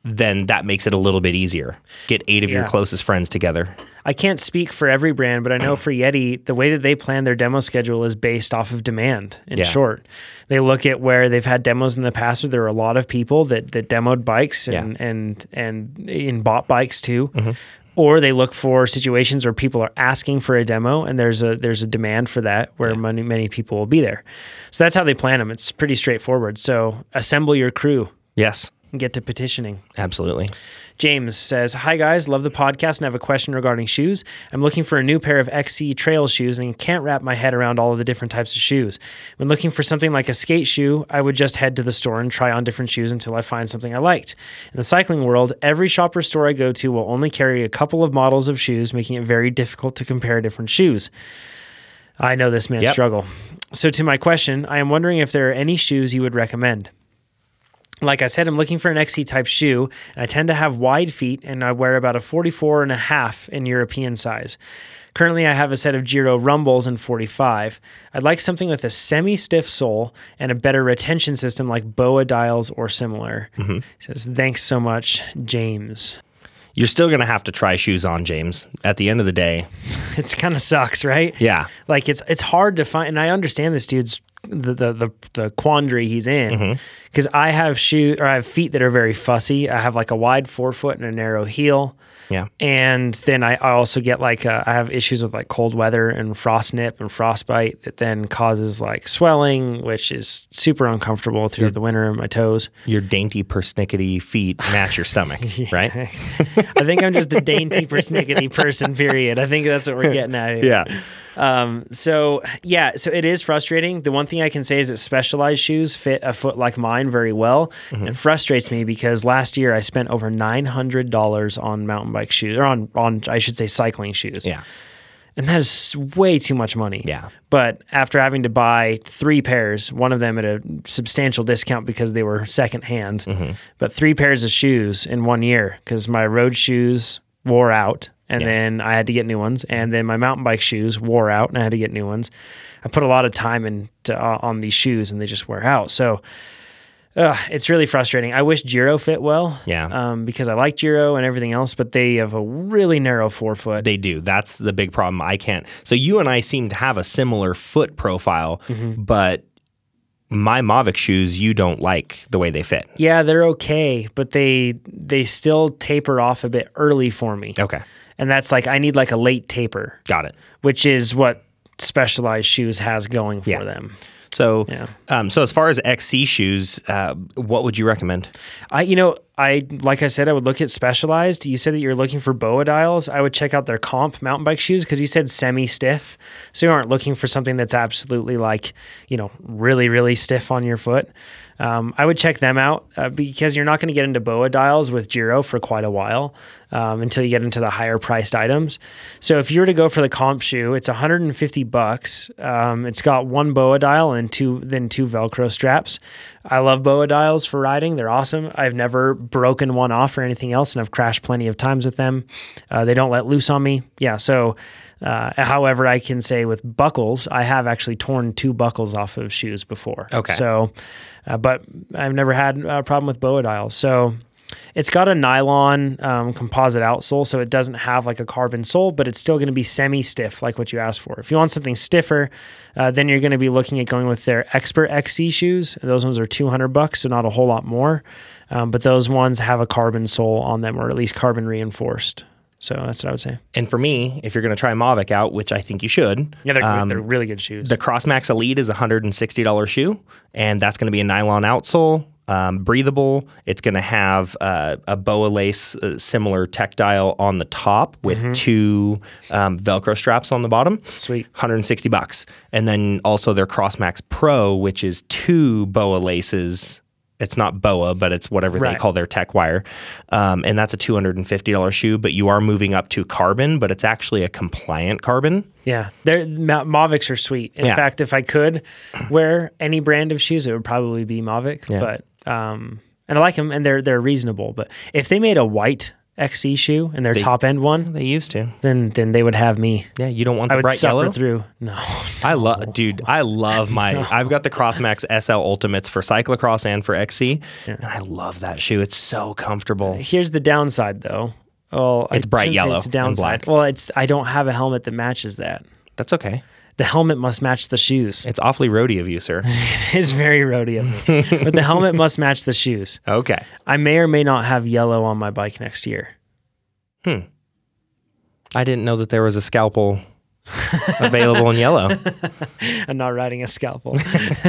Speaker 2: then that makes it a little bit easier. Get eight of your
Speaker 1: Yeah.
Speaker 2: closest friends together.
Speaker 1: I can't speak for every brand, but I know for Yeti, the way that they plan their demo schedule is based off of demand. In
Speaker 2: Yeah.
Speaker 1: short, they look at where they've had demos in the past, where there are a lot of people that that demoed bikes and and and in bought bikes too. Or they look for situations where people are asking for a demo, and there's a there's a demand for that where many many people will be there. So that's how they plan them. It's pretty straightforward. So assemble your crew
Speaker 2: Yes,
Speaker 1: and get to petitioning.
Speaker 2: absolutely.
Speaker 1: James says, Hi guys, love the podcast and have a question regarding shoes. I'm looking for a new pair of XC trail shoes and can't wrap my head around all of the different types of shoes. When looking for something like a skate shoe, I would just head to the store and try on different shoes until I find something I liked. In the cycling world, every shop or store I go to will only carry a couple of models of shoes, making it very difficult to compare different shoes. I know this man's
Speaker 2: Yep.
Speaker 1: struggle. So, to my question, I am wondering if there are any shoes you would recommend. Like I said, I'm looking for an XC type shoe, and I tend to have wide feet, and I wear about a 44 and a half in European size. Currently, I have a set of Giro Rumbles in 45. I'd like something with a semi stiff sole and a better retention system like Boa dials or similar. He says, Thanks so much, James.
Speaker 2: You're still going to have to try shoes on, James. At the end of the day,
Speaker 1: It's kind of sucks, right?
Speaker 2: yeah.
Speaker 1: Like it's it's hard to find, and I understand this dude's the the the, the quandary he's in because I have shoe or I have feet that are very fussy. I have like a wide forefoot and a narrow heel,
Speaker 2: Yeah.
Speaker 1: and then I, I also get like uh, I have issues with like cold weather and frost nip and frostbite that then causes like swelling, which is super uncomfortable through the winter in my toes.
Speaker 2: Your dainty persnickety feet match your stomach, right?
Speaker 1: I think I'm just a dainty persnickety person. Period. I think that's what we're getting at here.
Speaker 2: Yeah.
Speaker 1: So yeah, so it is frustrating. The one thing I can say is that specialized shoes fit a foot like mine very well. And It frustrates me because last year I spent over nine hundred dollars on mountain bike shoes, or on on I should say cycling shoes.
Speaker 2: Yeah.
Speaker 1: and that is way too much money.
Speaker 2: Yeah.
Speaker 1: but after having to buy three pairs, one of them at a substantial discount because they were secondhand,
Speaker 2: Mm-hmm.
Speaker 1: but three pairs of shoes in one year because my road shoes wore out. And then I had to get new ones, and then my mountain bike shoes wore out, and I had to get new ones. I put a lot of time into uh, on these shoes, and they just wear out. So uh, it's really frustrating. I wish Giro fit well,
Speaker 2: Yeah.
Speaker 1: um, because I like Giro and everything else, but they have a really narrow forefoot.
Speaker 2: They do. That's the big problem. I can't. So you and I seem to have a similar foot profile,
Speaker 1: Mm-hmm.
Speaker 2: but my Mavic shoes you don't like the way they fit.
Speaker 1: Yeah, they're okay, but they they still taper off a bit early for me.
Speaker 2: Okay.
Speaker 1: And that's like I need like a late taper,
Speaker 2: Got it.
Speaker 1: which is what specialized shoes has going for
Speaker 2: Yeah.
Speaker 1: them.
Speaker 2: So
Speaker 1: Yeah.
Speaker 2: um so as far as XC shoes, uh, what would you recommend?
Speaker 1: I you know, I like I said I would look at specialized. You said that you're looking for boa dials. I would check out their comp mountain bike shoes cuz you said semi stiff. So you aren't looking for something that's absolutely like, you know, really really stiff on your foot. Um, I would check them out uh, because you're not going to get into boa dials with Giro for quite a while um, until you get into the higher priced items. So if you were to go for the comp shoe, it's 150 bucks. Um, it's got one boa dial and two then two Velcro straps. I love boa dials for riding; they're awesome. I've never broken one off or anything else, and I've crashed plenty of times with them. Uh, they don't let loose on me. Yeah. So, uh, however, I can say with buckles, I have actually torn two buckles off of shoes before.
Speaker 2: Okay.
Speaker 1: So, uh, but I've never had a problem with Boadial. So. It's got a nylon um, composite outsole, so it doesn't have like a carbon sole, but it's still going to be semi stiff, like what you asked for. If you want something stiffer, uh, then you're going to be looking at going with their Expert XC shoes. Those ones are 200 bucks, so not a whole lot more. Um, but those ones have a carbon sole on them, or at least carbon reinforced. So that's what I would say.
Speaker 2: And for me, if you're going to try Mavic out, which I think you should,
Speaker 1: Yeah, they're,
Speaker 2: um,
Speaker 1: they're really good shoes.
Speaker 2: the Crossmax Elite is a $160 shoe, and that's going to be a nylon outsole, um, breathable. It's going to have uh, a boa lace uh, similar tactile on the top with two um, Velcro straps on the bottom.
Speaker 1: Sweet.
Speaker 2: 160 bucks. And then also their Crossmax Pro, which is two boa laces. It's not boa, but it's whatever they
Speaker 1: Right.
Speaker 2: call their tech wire. Um, and that's a $250 shoe, but you are moving up to carbon, but it's actually a compliant carbon.
Speaker 1: Yeah, they're Ma- Mavics are sweet. In
Speaker 2: Yeah.
Speaker 1: fact, if I could wear any brand of shoes, it would probably be Mavic.
Speaker 2: Yeah.
Speaker 1: But um, and I like them, and they're they're reasonable. But if they made a white XC shoe and their top end one,
Speaker 2: They used to.
Speaker 1: then then they would have me.
Speaker 2: Yeah, you don't want
Speaker 1: I
Speaker 2: the
Speaker 1: would
Speaker 2: bright
Speaker 1: suffer
Speaker 2: yellow.
Speaker 1: through. No,
Speaker 2: I love, dude. I love my. I've got the Crossmax SL Ultimates for cyclocross and for XC, and I love that shoe. It's so comfortable.
Speaker 1: here's the downside though. Oh,
Speaker 2: It's bright yellow
Speaker 1: It's a
Speaker 2: and
Speaker 1: downside.
Speaker 2: black.
Speaker 1: Well, it's I don't have a helmet that matches that.
Speaker 2: That's okay.
Speaker 1: The helmet must match the shoes.
Speaker 2: It's awfully roady of you, sir.
Speaker 1: It's very roady of me, but the helmet must match the shoes.
Speaker 2: okay.
Speaker 1: I may or may not have yellow on my bike next year.
Speaker 2: I didn't know that there was a scalpel available in yellow.
Speaker 1: I'm not riding a scalpel.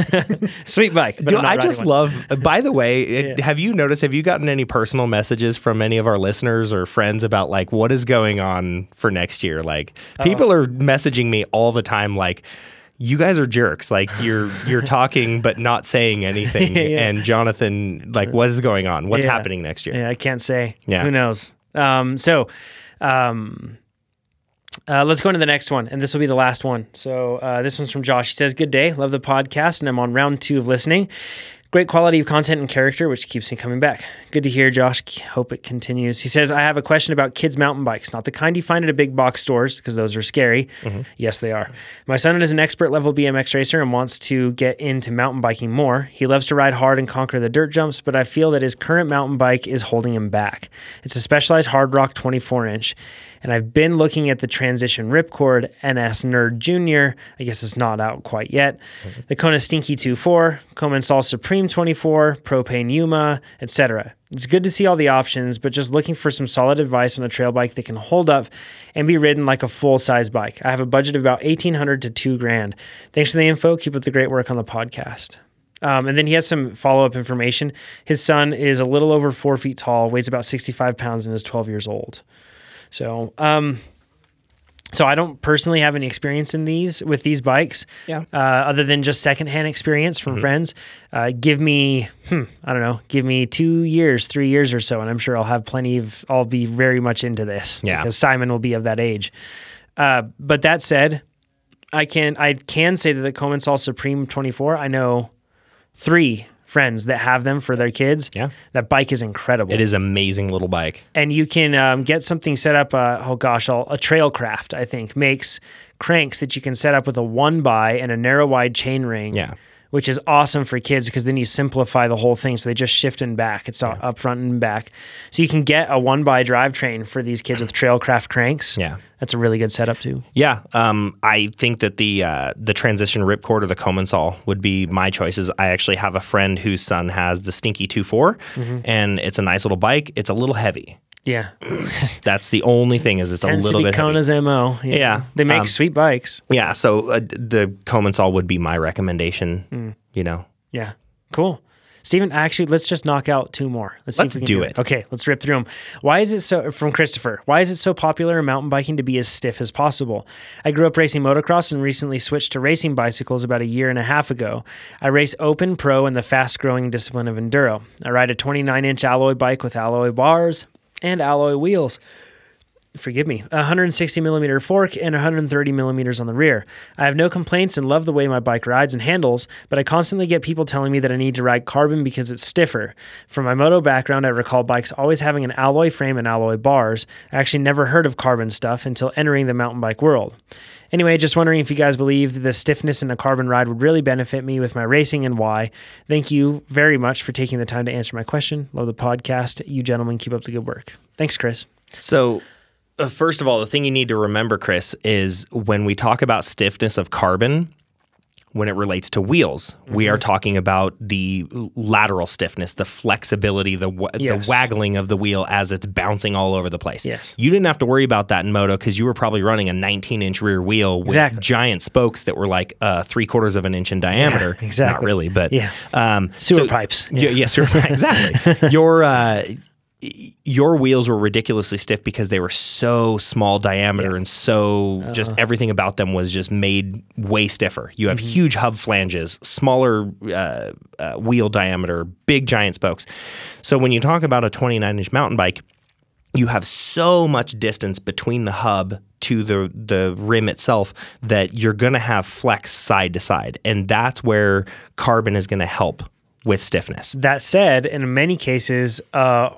Speaker 1: Sweet bike. But
Speaker 2: Dude,
Speaker 1: I'm not
Speaker 2: I just
Speaker 1: riding one.
Speaker 2: love. By the way, it, have you noticed? Have you gotten any personal messages from any of our listeners or friends about like what is going on for next year? Like
Speaker 1: Oh.
Speaker 2: people are messaging me all the time, like. You guys are jerks. Like you're you're talking but not saying anything. And Jonathan, like, what is going on? What's
Speaker 1: Yeah.
Speaker 2: happening next year?
Speaker 1: Yeah, I can't say.
Speaker 2: Yeah.
Speaker 1: Who knows? Um, so um, uh, let's go into the next one. And this will be the last one. So uh, this one's from Josh. He says, Good day. Love the podcast. And I'm on round two of listening. Great quality of content and character, which keeps me coming back. Good to hear, Josh. C- Hope it continues. He says, I have a question about kids' mountain bikes, not the kind you find at a big box stores, because those are scary. Yes, they are. My son is an expert level BMX racer and wants to get into mountain biking more. He loves to ride hard and conquer the dirt jumps, but I feel that his current mountain bike is holding him back. It's a specialized Hard Rock 24 inch. And I've been looking at the Transition Ripcord NS Nerd Jr. I guess it's not out quite yet. The Kona Stinky 24, Komen Sol Supreme 24, Propane Yuma, etc. It's good to see all the options, but just looking for some solid advice on a trail bike that can hold up and be ridden like a full size bike. I have a budget of about 1800 to 2 grand. Thanks for the info. Keep up the great work on the podcast. Um, and then he has some follow up information. His son is a little over four feet tall, weighs about 65 pounds, and is 12 years old. So, um, so I don't personally have any experience in these with these bikes,
Speaker 2: Yeah.
Speaker 1: Uh, other than just secondhand experience from friends. Uh, give me, hmm, I don't know, give me two years, three years or so, and I'm sure I'll have plenty of. I'll be very much into this,
Speaker 2: Yeah.
Speaker 1: Because Simon will be of that age. Uh, but that said, I can I can say that the Komen Sol Supreme 24. I know three friends that have them for their kids.
Speaker 2: Yeah.
Speaker 1: that bike is incredible
Speaker 2: It is amazing little bike.
Speaker 1: and you can um, get something set up. Uh, oh gosh, I'll, a Trailcraft I think makes cranks that you can set up with a one by and a narrow wide chain ring.
Speaker 2: Yeah.
Speaker 1: Which is awesome for kids because then you simplify the whole thing. So they just shift and back. It's not up front and back. So you can get a one by drivetrain for these kids with Trailcraft cranks.
Speaker 2: Yeah.
Speaker 1: That's a really good setup too.
Speaker 2: Yeah, um, I think that the uh, the transition ripcord or the Comensal would be my choices. I actually have a friend whose son has the Stinky 2
Speaker 1: Mm-hmm.
Speaker 2: and it's a nice little bike. It's a little heavy.
Speaker 1: Yeah.
Speaker 2: That's the only thing is it's a
Speaker 1: Tends
Speaker 2: little
Speaker 1: to be
Speaker 2: bit heavy.
Speaker 1: Kona's MO. you know.
Speaker 2: Yeah.
Speaker 1: They make
Speaker 2: Um,
Speaker 1: sweet bikes.
Speaker 2: Yeah, so uh, d- the Comensal would be my recommendation.
Speaker 1: Mm.
Speaker 2: You know,
Speaker 1: Yeah. Cool. Steven, actually, let's just knock out two more. Let's, see
Speaker 2: Let's
Speaker 1: if we can
Speaker 2: do
Speaker 1: do,
Speaker 2: it.
Speaker 1: Okay, let's rip through them. Why is it so, from Christopher, why is it so popular in mountain biking to be as stiff as possible? I grew up racing motocross and recently switched to racing bicycles about a year and a half ago. I race open, pro, and the fast growing discipline of enduro. I ride a 29 inch alloy bike with alloy bars and alloy wheels. forgive me, a 160 millimeter fork and 130 millimeters on the rear. I have no complaints and love the way my bike rides and handles, but I constantly get people telling me that I need to ride carbon because it's stiffer. From my moto background, I recall bikes always having an alloy frame and alloy bars. I actually never heard of carbon stuff until entering the mountain bike world. Anyway, just wondering if you guys believe the stiffness in a carbon ride would really benefit me with my racing and why. Thank you very much for taking the time to answer my question. Love the podcast. You gentlemen keep up the good work. Thanks, Chris.
Speaker 2: So, uh, first of all, the thing you need to remember, Chris, is when we talk about stiffness of carbon, when it relates to wheels, we
Speaker 1: Mm-hmm.
Speaker 2: are talking about the lateral stiffness, the flexibility, the wa-
Speaker 1: Yes.
Speaker 2: the waggling of the wheel as it's bouncing all over the place.
Speaker 1: Yes.
Speaker 2: You didn't have to worry about that in moto because you were probably running a 19 inch rear wheel with
Speaker 1: Exactly.
Speaker 2: giant spokes that were like uh, three quarters of an inch in diameter. Not
Speaker 1: exactly.
Speaker 2: really, but
Speaker 1: Yeah.
Speaker 2: um,
Speaker 1: Sewer pipes.
Speaker 2: yeah, yeah, sewer pipe- exactly. Your uh, y- your wheels were ridiculously stiff because they were so small diameter and so just
Speaker 1: Uh-huh.
Speaker 2: everything about them was just made way stiffer. You have
Speaker 1: Mm-hmm.
Speaker 2: huge hub flanges, smaller uh, uh, wheel diameter, big giant spokes. So when you talk about a 29 inch mountain bike, you have so much distance between the hub to the the rim itself that you're going to have flex side to side and that's where carbon is going to help with stiffness.
Speaker 1: That said, in many cases, uh,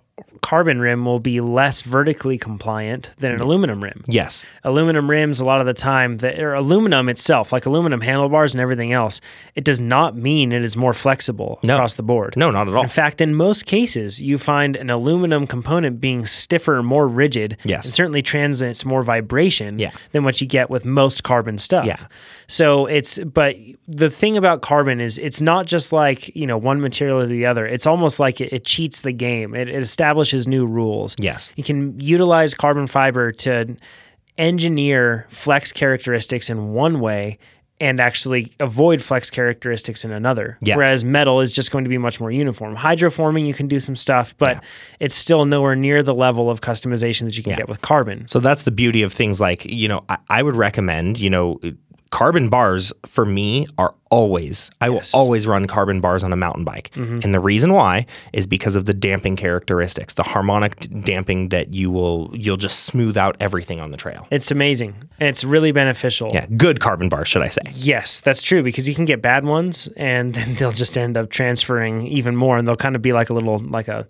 Speaker 1: carbon rim will be less vertically compliant than an aluminum rim.
Speaker 2: Yes.
Speaker 1: Aluminum rims, a lot of the time, that or aluminum itself, like aluminum handlebars and everything else, it does not mean it is more flexible
Speaker 2: No.
Speaker 1: across the board.
Speaker 2: No, not at all.
Speaker 1: In fact, in most cases, you find an aluminum component being stiffer, more rigid,
Speaker 2: Yes.
Speaker 1: and certainly transmits more vibration
Speaker 2: Yeah.
Speaker 1: than what you get with most carbon stuff.
Speaker 2: Yeah.
Speaker 1: So it's, but the thing about carbon is it's not just like, you know, one material or the other. It's almost like it, it cheats the game, it, it establishes new rules.
Speaker 2: Yes.
Speaker 1: You can utilize carbon fiber to engineer flex characteristics in one way and actually avoid flex characteristics in another.
Speaker 2: Yes.
Speaker 1: Whereas metal is just going to be much more uniform. Hydroforming, you can do some stuff, but it's still nowhere near the level of customization that you can get with carbon.
Speaker 2: So that's the beauty of things like, you know, I, I would recommend, you know, carbon bars for me are always, I will always run carbon bars on a mountain bike. And the reason why is because of the damping characteristics, the harmonic d- damping that you will, you'll just smooth out everything on the trail.
Speaker 1: It's amazing. And it's really beneficial.
Speaker 2: Yeah. Good carbon bars, should I say.
Speaker 1: Yes, that's true because you can get bad ones and then they'll just end up transferring even more and they'll kind of be like a little like a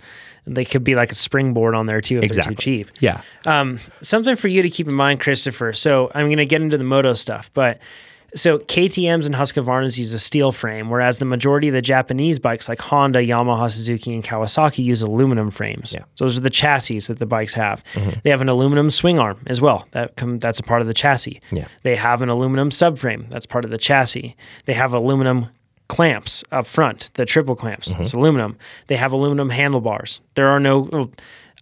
Speaker 1: they could be like a springboard on there too if
Speaker 2: Exactly.
Speaker 1: they're too cheap.
Speaker 2: Yeah.
Speaker 1: Um, something for you to keep in mind, Christopher. So I'm going to get into the moto stuff, but so KTM's and Husqvarna's use a steel frame, whereas the majority of the Japanese bikes like Honda, Yamaha, Suzuki, and Kawasaki use aluminum frames.
Speaker 2: Yeah. Mm-hmm.
Speaker 1: So those are the chassis that the bikes have. They have an aluminum swing arm as well. That com- that's a part of the chassis.
Speaker 2: Yeah.
Speaker 1: They have an aluminum subframe. That's part of the chassis. They have aluminum clamps up front, the triple clamps. It's aluminum. They have aluminum handlebars. There are no. well,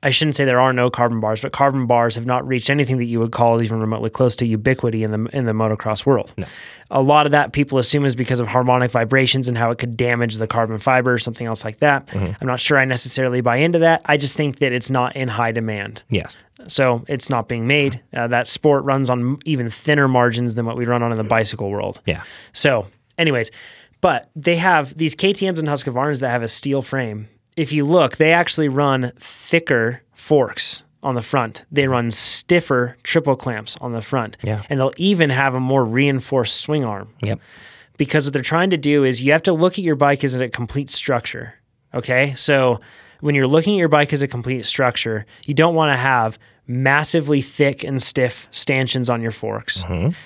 Speaker 1: I shouldn't say there are no carbon bars, but carbon bars have not reached anything that you would call even remotely close to ubiquity in the in the motocross world. A lot of that people assume is because of harmonic vibrations and how it could damage the carbon fiber or something else like that. I'm not sure I necessarily buy into that. I just think that it's not in high demand.
Speaker 2: Yes.
Speaker 1: So it's not being made. Uh, that sport runs on even thinner margins than what we run on in the bicycle world.
Speaker 2: Yeah.
Speaker 1: So, anyways, but they have these KTM's and Husqvarna's that have a steel frame. If you look, they actually run thicker forks on the front. They run stiffer triple clamps on the front.
Speaker 2: Yeah.
Speaker 1: And they'll even have a more reinforced swing arm
Speaker 2: Yep.
Speaker 1: because what they're trying to do is you have to look at your bike as a complete structure. Okay. So when you're looking at your bike as a complete structure, you don't want to have massively thick and stiff stanchions on your forks,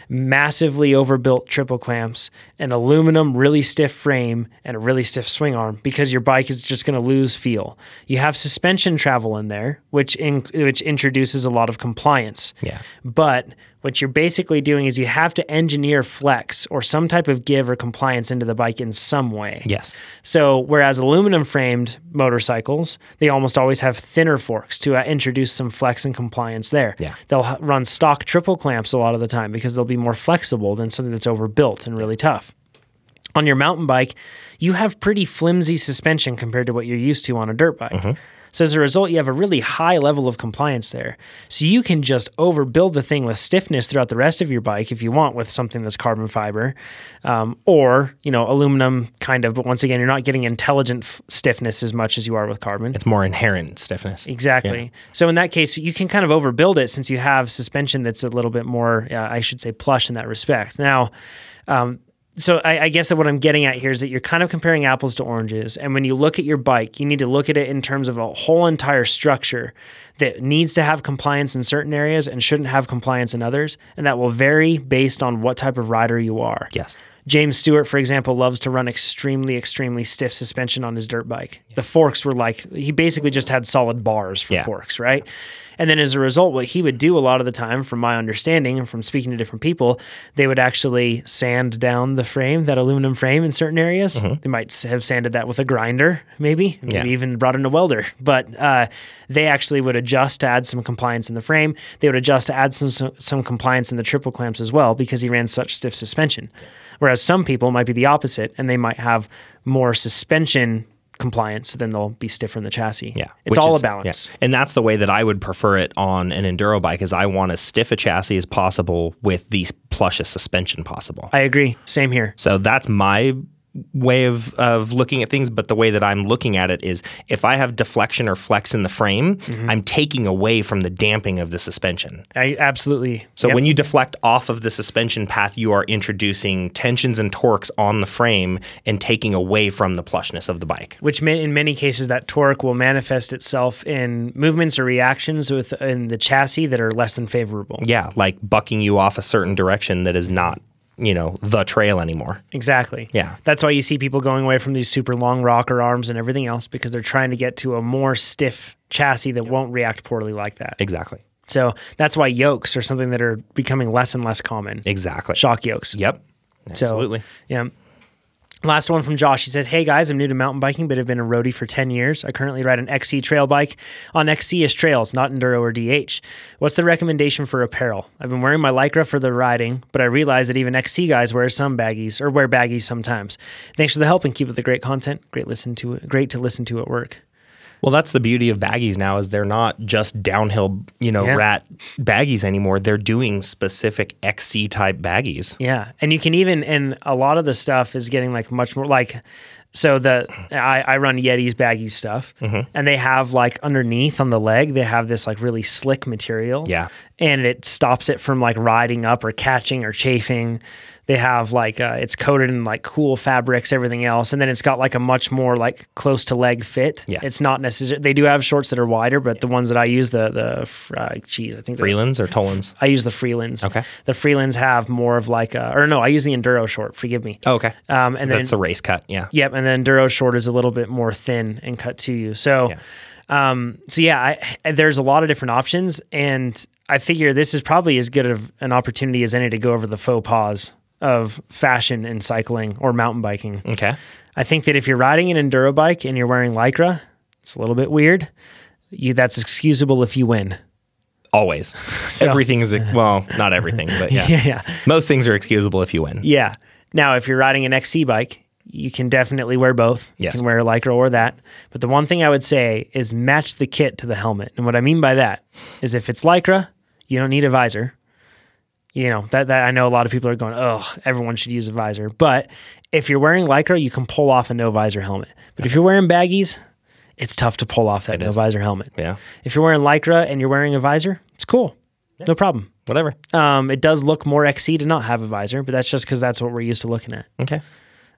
Speaker 1: massively overbuilt triple clamps, an aluminum really stiff frame, and a really stiff swing arm because your bike is just going to lose feel. You have suspension travel in there, which in, which introduces a lot of compliance.
Speaker 2: Yeah.
Speaker 1: But what you're basically doing is you have to engineer flex or some type of give or compliance into the bike in some way.
Speaker 2: Yes.
Speaker 1: So, whereas aluminum framed motorcycles, they almost always have thinner forks to uh, introduce some flex and compliance there.
Speaker 2: Yeah.
Speaker 1: They'll h- run stock triple clamps a lot of the time because they'll be more flexible than something that's overbuilt and really tough. On your mountain bike, you have pretty flimsy suspension compared to what you're used to on a dirt bike. So as a result, you have a really high level of compliance there. So you can just overbuild the thing with stiffness throughout the rest of your bike if you want with something that's carbon fiber, um, or you know aluminum kind of. But once again, you're not getting intelligent f- stiffness as much as you are with carbon.
Speaker 2: It's more inherent stiffness.
Speaker 1: Exactly. So in that case, you can kind of overbuild it since you have suspension that's a little bit more, uh, I should say, plush in that respect. Now, um, so I, I guess that what I'm getting at here is that you're kind of comparing apples to oranges. And when you look at your bike, you need to look at it in terms of a whole entire structure that needs to have compliance in certain areas and shouldn't have compliance in others. And that will vary based on what type of rider you are.
Speaker 2: Yes.
Speaker 1: James Stewart, for example, loves to run extremely, extremely stiff suspension on his dirt bike. The forks were like, he basically just had solid bars for
Speaker 2: Yeah.
Speaker 1: forks, right? And then as a result, what he would do a lot of the time, from my understanding and from speaking to different people, they would actually sand down the frame, that aluminum frame in certain areas. They might s- have sanded that with a grinder, maybe, maybe
Speaker 2: Mm-hmm. Yeah.
Speaker 1: even brought in a welder. But uh, they actually would adjust to add some compliance in the frame. They would adjust to add some, some some compliance in the triple clamps as well because he ran such stiff suspension. Whereas some people might be the opposite and they might have more suspension compliance, so then they'll be stiffer in the chassis.
Speaker 2: Yeah.
Speaker 1: it's
Speaker 2: Which
Speaker 1: all
Speaker 2: is-
Speaker 1: a balance.
Speaker 2: yeah. And that's the way that I would prefer it on an enduro bike is I want as stiff a chassis as possible with the plushest suspension possible.
Speaker 1: I agree. Same here.
Speaker 2: So that's my way of of looking at things but the way that I'm looking at it is if I have deflection or flex in the frame
Speaker 1: Mm-hmm.
Speaker 2: I'm taking away from the damping of the suspension.
Speaker 1: I absolutely.
Speaker 2: So
Speaker 1: yep.
Speaker 2: when you deflect off of the suspension path you are introducing tensions and torques on the frame and taking away from the plushness of the bike.
Speaker 1: which ma- in many cases that torque will manifest itself in movements or reactions within the chassis that are less than favorable.
Speaker 2: Yeah, like bucking you off a certain direction that is not, you know, the trail anymore.
Speaker 1: Exactly.
Speaker 2: Yeah.
Speaker 1: That's why you see people going away from these super long rocker arms and everything else because they're trying to get to a more stiff chassis that won't react poorly like that.
Speaker 2: Exactly.
Speaker 1: So that's why yokes are something that are becoming less and less common.
Speaker 2: Exactly.
Speaker 1: Shock yokes.
Speaker 2: Yep.
Speaker 1: So, yeah. Last one from Josh. He says, Hey guys, I'm new to mountain biking, but have been a roadie for 10 years. I currently ride an XC trail bike on XC ish trails, not enduro or DH. What's the recommendation for apparel? I've been wearing my Lycra for the riding, but I realize that even XC guys wear some baggies or wear baggies sometimes. Thanks for the help and keep up the great content. Great listen to Great to listen to at work.
Speaker 2: Well, that's the beauty of baggies now is they're not just downhill, you know,
Speaker 1: Yeah.
Speaker 2: rat baggies anymore. They're doing specific XC type baggies.
Speaker 1: Yeah, and you can even and a lot of the stuff is getting like much more like so the I, I run Yeti's baggy stuff
Speaker 2: Mm-hmm.
Speaker 1: and they have like underneath on the leg they have this like really slick material
Speaker 2: Yeah.
Speaker 1: and it stops it from like riding up or catching or chafing. They have like uh, it's coated in like cool fabrics, everything else, and then it's got like a much more like close to leg fit.
Speaker 2: Yes.
Speaker 1: it's not necessary. They do have shorts that are wider, but the ones that I use the the uh, geez, I think they're-
Speaker 2: Freelands or Tolands?
Speaker 1: I use the Freelands.
Speaker 2: Okay.
Speaker 1: The Freelands have more of like a, or no, I use the Enduro short. Forgive me.
Speaker 2: Oh, okay.
Speaker 1: Um, and then
Speaker 2: that's a race cut. Yeah.
Speaker 1: yep, and then Enduro short is a little bit more thin and cut to you. So, um, so yeah, I, I- there's a lot of different options, and I figure this is probably as good of an opportunity as any to go over the faux pas of fashion in cycling or mountain biking.
Speaker 2: Okay.
Speaker 1: I think that if you're riding an enduro bike and you're wearing lycra, it's a little bit weird. You that's excusable if you win.
Speaker 2: Always. everything is, well, not everything, but yeah.
Speaker 1: Yeah.
Speaker 2: Most things are excusable if you win.
Speaker 1: Yeah. Now, if you're riding an XC bike, you can definitely wear both.
Speaker 2: Yes.
Speaker 1: You can wear a Lycra or that. But the one thing I would say is match the kit to the helmet. And what I mean by that is if it's Lycra, you don't need a visor. You know, that, that I know a lot of people are going, oh, everyone should use a visor. But if you're wearing Lycra, you can pull off a no visor helmet. But if you're wearing baggies, it's tough to pull off that no visor helmet.
Speaker 2: Yeah.
Speaker 1: If you're wearing Lycra and you're wearing a visor, it's cool. No problem.
Speaker 2: Whatever.
Speaker 1: Um, it does look more XC to not have a visor, but that's just because that's what we're used to looking at.
Speaker 2: Okay.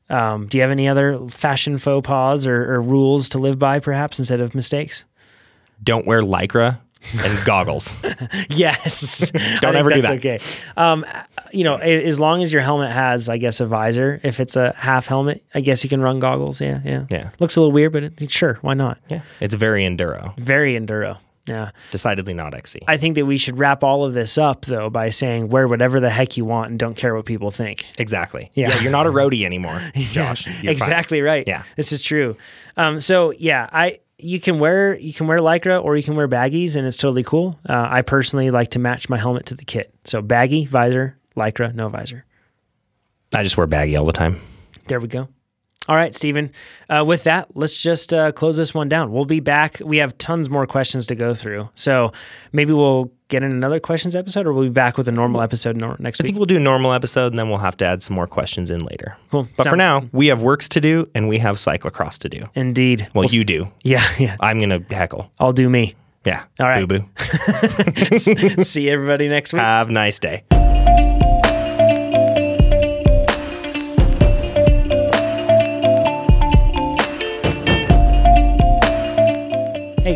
Speaker 1: Um, do you have any other fashion faux pas or, or rules to live by, perhaps instead of mistakes?
Speaker 2: Don't wear Lycra and goggles.
Speaker 1: Yes. Don't
Speaker 2: ever do
Speaker 1: Okay. Um, you know, a- as long as your helmet has, I guess, a visor. If it's a half helmet, I guess you can run goggles. Yeah, yeah,
Speaker 2: Yeah.
Speaker 1: Looks a little weird, but it, sure, why not?
Speaker 2: Yeah. It's very enduro.
Speaker 1: Very enduro. Yeah.
Speaker 2: Decidedly not E. XC.
Speaker 1: I think that we should wrap all of this up though by saying wear whatever the heck you want and don't care what people think.
Speaker 2: Exactly.
Speaker 1: Yeah.
Speaker 2: you're not a roadie anymore, Josh. You're fine.
Speaker 1: exactly right.
Speaker 2: Yeah.
Speaker 1: this is true. Um, so yeah, I you can wear you can wear lycra or you can wear baggies, and it's totally cool. Uh, I personally like to match my helmet to the kit. So baggy visor, lycra, no visor.
Speaker 2: I just wear baggy all the time.
Speaker 1: There we go. All right, Stephen. Uh, with that, let's just uh, close this one down. We'll be back. We have tons more questions to go through. So maybe we'll get in another questions episode or we'll be back with a normal episode nor- next
Speaker 2: I
Speaker 1: week.
Speaker 2: think we'll do a normal episode and then we'll have to add some more questions in later.
Speaker 1: Cool.
Speaker 2: But
Speaker 1: Sounds-
Speaker 2: for now, we have works to do and we have cyclocross to do. Well,
Speaker 1: Indeed. Well,
Speaker 2: you do.
Speaker 1: yeah, yeah.
Speaker 2: I'm going to heckle.
Speaker 1: I'll do me.
Speaker 2: Yeah.
Speaker 1: All right.
Speaker 2: Boo boo.
Speaker 1: See everybody next week.
Speaker 2: have a nice day.
Speaker 1: Hey